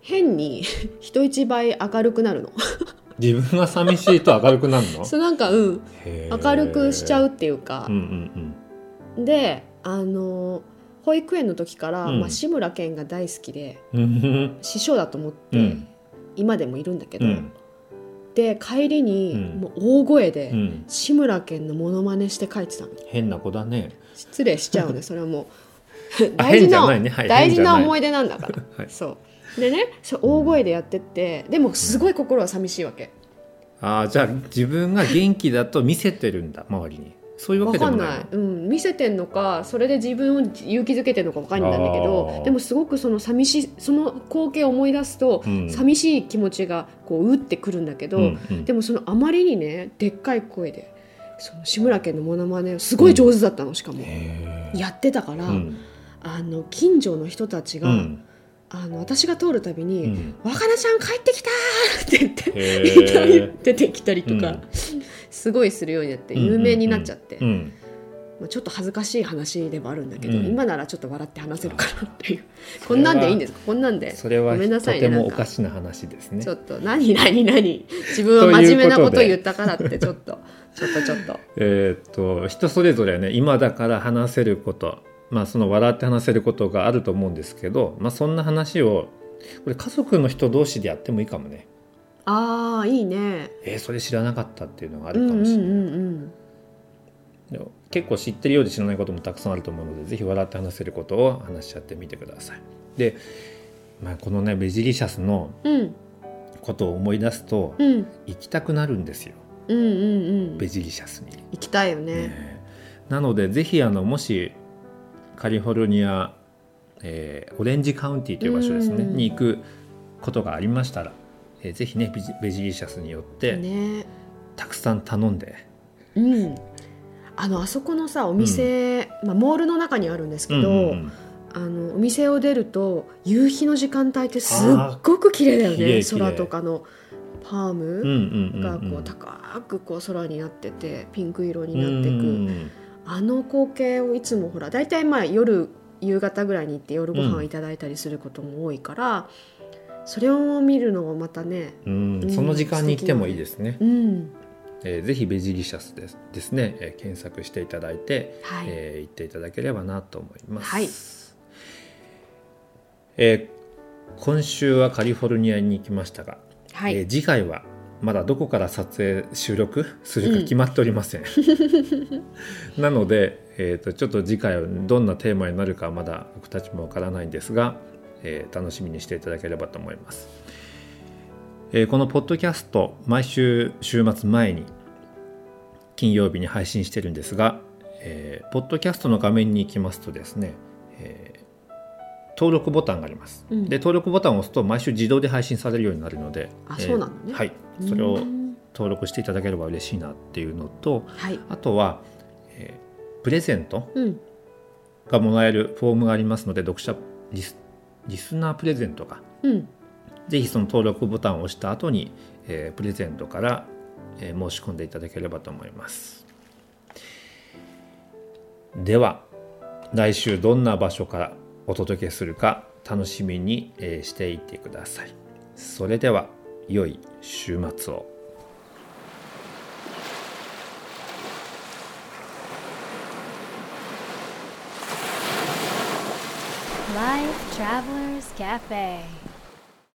Speaker 3: 変に 人一倍明るくなるの
Speaker 2: 自分が寂しいと明るくなるの
Speaker 3: そうなんかうん
Speaker 2: へ ー
Speaker 3: 明るくしちゃうっていうか
Speaker 2: うんうん
Speaker 3: であの保育園の時から、
Speaker 2: うん
Speaker 3: まあ、志村けんが大好きで
Speaker 2: うんうん
Speaker 3: 師匠だと思って、
Speaker 2: うん
Speaker 3: 今でもいるんだけ
Speaker 2: う
Speaker 3: ど、
Speaker 2: ん
Speaker 3: で帰りに、
Speaker 2: うん
Speaker 3: もう大声で、
Speaker 2: うん
Speaker 3: 志村けんのモノマネして帰ってたの
Speaker 2: 変な子だね
Speaker 3: 失礼しちゃうねそれはもう
Speaker 2: あ
Speaker 3: 大事
Speaker 2: 変じゃ
Speaker 3: な
Speaker 2: ないね、はい、
Speaker 3: 大事な思
Speaker 2: い
Speaker 3: い出なんだから、
Speaker 2: はい
Speaker 3: そうでねそう大声でやってってでもすごい心は寂しいわけ
Speaker 2: ああじゃあ自分が元気だと見せてるんだ周りにそういうわ
Speaker 3: わ
Speaker 2: けで
Speaker 3: か
Speaker 2: も
Speaker 3: ん
Speaker 2: ない
Speaker 3: な
Speaker 2: の
Speaker 3: い、うん、見せてんのかそれで自分を勇気づけてんのかわかんないんだけ
Speaker 2: あ
Speaker 3: ど
Speaker 2: ー
Speaker 3: でもすごくその寂しいその光景を思い出すと、
Speaker 2: うん
Speaker 3: 寂しい気持ちがこううってくるんだけど、
Speaker 2: うんうん
Speaker 3: でもそのあまりにねでっかい声でその志村けんのモノマネをすごい上手だったのしかも、
Speaker 2: へ
Speaker 3: やってたから、
Speaker 2: ーうん
Speaker 3: あの近所の人たち
Speaker 2: う
Speaker 3: が、
Speaker 2: ん
Speaker 3: あの私が通るたび
Speaker 2: う
Speaker 3: に、
Speaker 2: ん
Speaker 3: 若菜ちゃん帰ってきたーって言って
Speaker 2: へ
Speaker 3: いきなり
Speaker 2: ー
Speaker 3: 出てきたりとか、
Speaker 2: うん
Speaker 3: すごいするようになって
Speaker 2: うんうんうん
Speaker 3: 有名になっちゃって、
Speaker 2: うん
Speaker 3: まあ、ちょっと恥ずかしい話でもあるんだけど、
Speaker 2: うん
Speaker 3: 今ならちょっと笑って話せるかなっていう こんなんでいいんですかこんなんで
Speaker 2: それは
Speaker 3: ごめんなさい
Speaker 2: と
Speaker 3: ね
Speaker 2: て
Speaker 3: な
Speaker 2: も
Speaker 3: ん
Speaker 2: お
Speaker 3: か
Speaker 2: かしな話ですね
Speaker 3: ちょっと何何何自分は真面目なこと言ったからってちょっとちょっとちょっと
Speaker 2: えーっと人それぞれね今だから話せることまあその笑って話せることがあると思うんですけど、まあ、そんな話をこれ家族の人同士でやってもいいかもね
Speaker 3: ああいいね
Speaker 2: えーそれ知らなかったっていうのがあ
Speaker 3: う
Speaker 2: る
Speaker 3: ん
Speaker 2: か
Speaker 3: うん
Speaker 2: も
Speaker 3: う
Speaker 2: しれない、
Speaker 3: ん
Speaker 2: でも結構知ってるようで知らないこともたくさんあると思うのでぜひ笑って話せることを話し合ってみてください。で、まあ、このねベジリシャスの
Speaker 3: うんうん
Speaker 2: ことを思い出すと
Speaker 3: うん
Speaker 2: 行きたくなるんですよ
Speaker 3: うんうんうん
Speaker 2: ベジリシャスに。
Speaker 3: 行きたいよね
Speaker 2: えーなのでぜひあのもしカリフォルニア、えーオレンジカウンティという場所ですね
Speaker 3: うん
Speaker 2: に行くことがありましたら、えーぜひねベジベジリシャスによって、
Speaker 3: ね
Speaker 2: たくさん頼んで、
Speaker 3: うんあのあそこのさお店、まあ、モールの中にあるんですけど、
Speaker 2: うんうんうん
Speaker 3: あのお店を出ると夕日の時間帯ってすっごく綺麗だよ
Speaker 2: あー綺麗
Speaker 3: ね
Speaker 2: 綺麗
Speaker 3: 空とかのパー
Speaker 2: うん
Speaker 3: ム
Speaker 2: うんうんうん
Speaker 3: がこう高くこう空になっててピンク色になって
Speaker 2: うんうん
Speaker 3: く
Speaker 2: うん
Speaker 3: あの光景をいつもほら大体まあ夜夕方ぐらいに行って夜ご飯をいただいたりすることも多いから、それを見るのもまたね
Speaker 2: うん
Speaker 3: うん
Speaker 2: その時間に来てもいいですね。
Speaker 3: うん
Speaker 2: えーぜひベジリシャスですですね、えー検索していただいて、
Speaker 3: はい、
Speaker 2: えー行っていただければなと思います。
Speaker 3: はい
Speaker 2: えー今週はカリフォルニアに行きましたが、
Speaker 3: はい
Speaker 2: えー次回はまだどこから撮影収録するか決まっており ません。なので、えー、とちょっと次回はどんなテーマになるかはまだ僕たちもわからないんですが、えー楽しみにしていただければと思います。えーこのポッドキャスト毎週週末前に金曜日に配信してるんですが、えーポッドキャストの画面に行きますとですね、えー登録ボタンがあります、
Speaker 3: うん
Speaker 2: で登録ボタンを押すと毎週自動で配信されるようになるので
Speaker 3: あ
Speaker 2: えー
Speaker 3: そうなのね
Speaker 2: はいそれを
Speaker 3: うん
Speaker 2: 登録していただければ嬉しいなっていうのと
Speaker 3: はい、
Speaker 2: あとは、えープレゼント
Speaker 3: うん、
Speaker 2: がもらえるフォームがありますので読者リスリスナープレゼントが
Speaker 3: うん、
Speaker 2: ぜひその登録ボタンを押した後に、えープレゼントから、えー申し込んでいただければと思います。では来週どんな場所からお届けするか楽しみに、えーしていてください。それでは良い週末を。
Speaker 1: Life Travelers Cafe.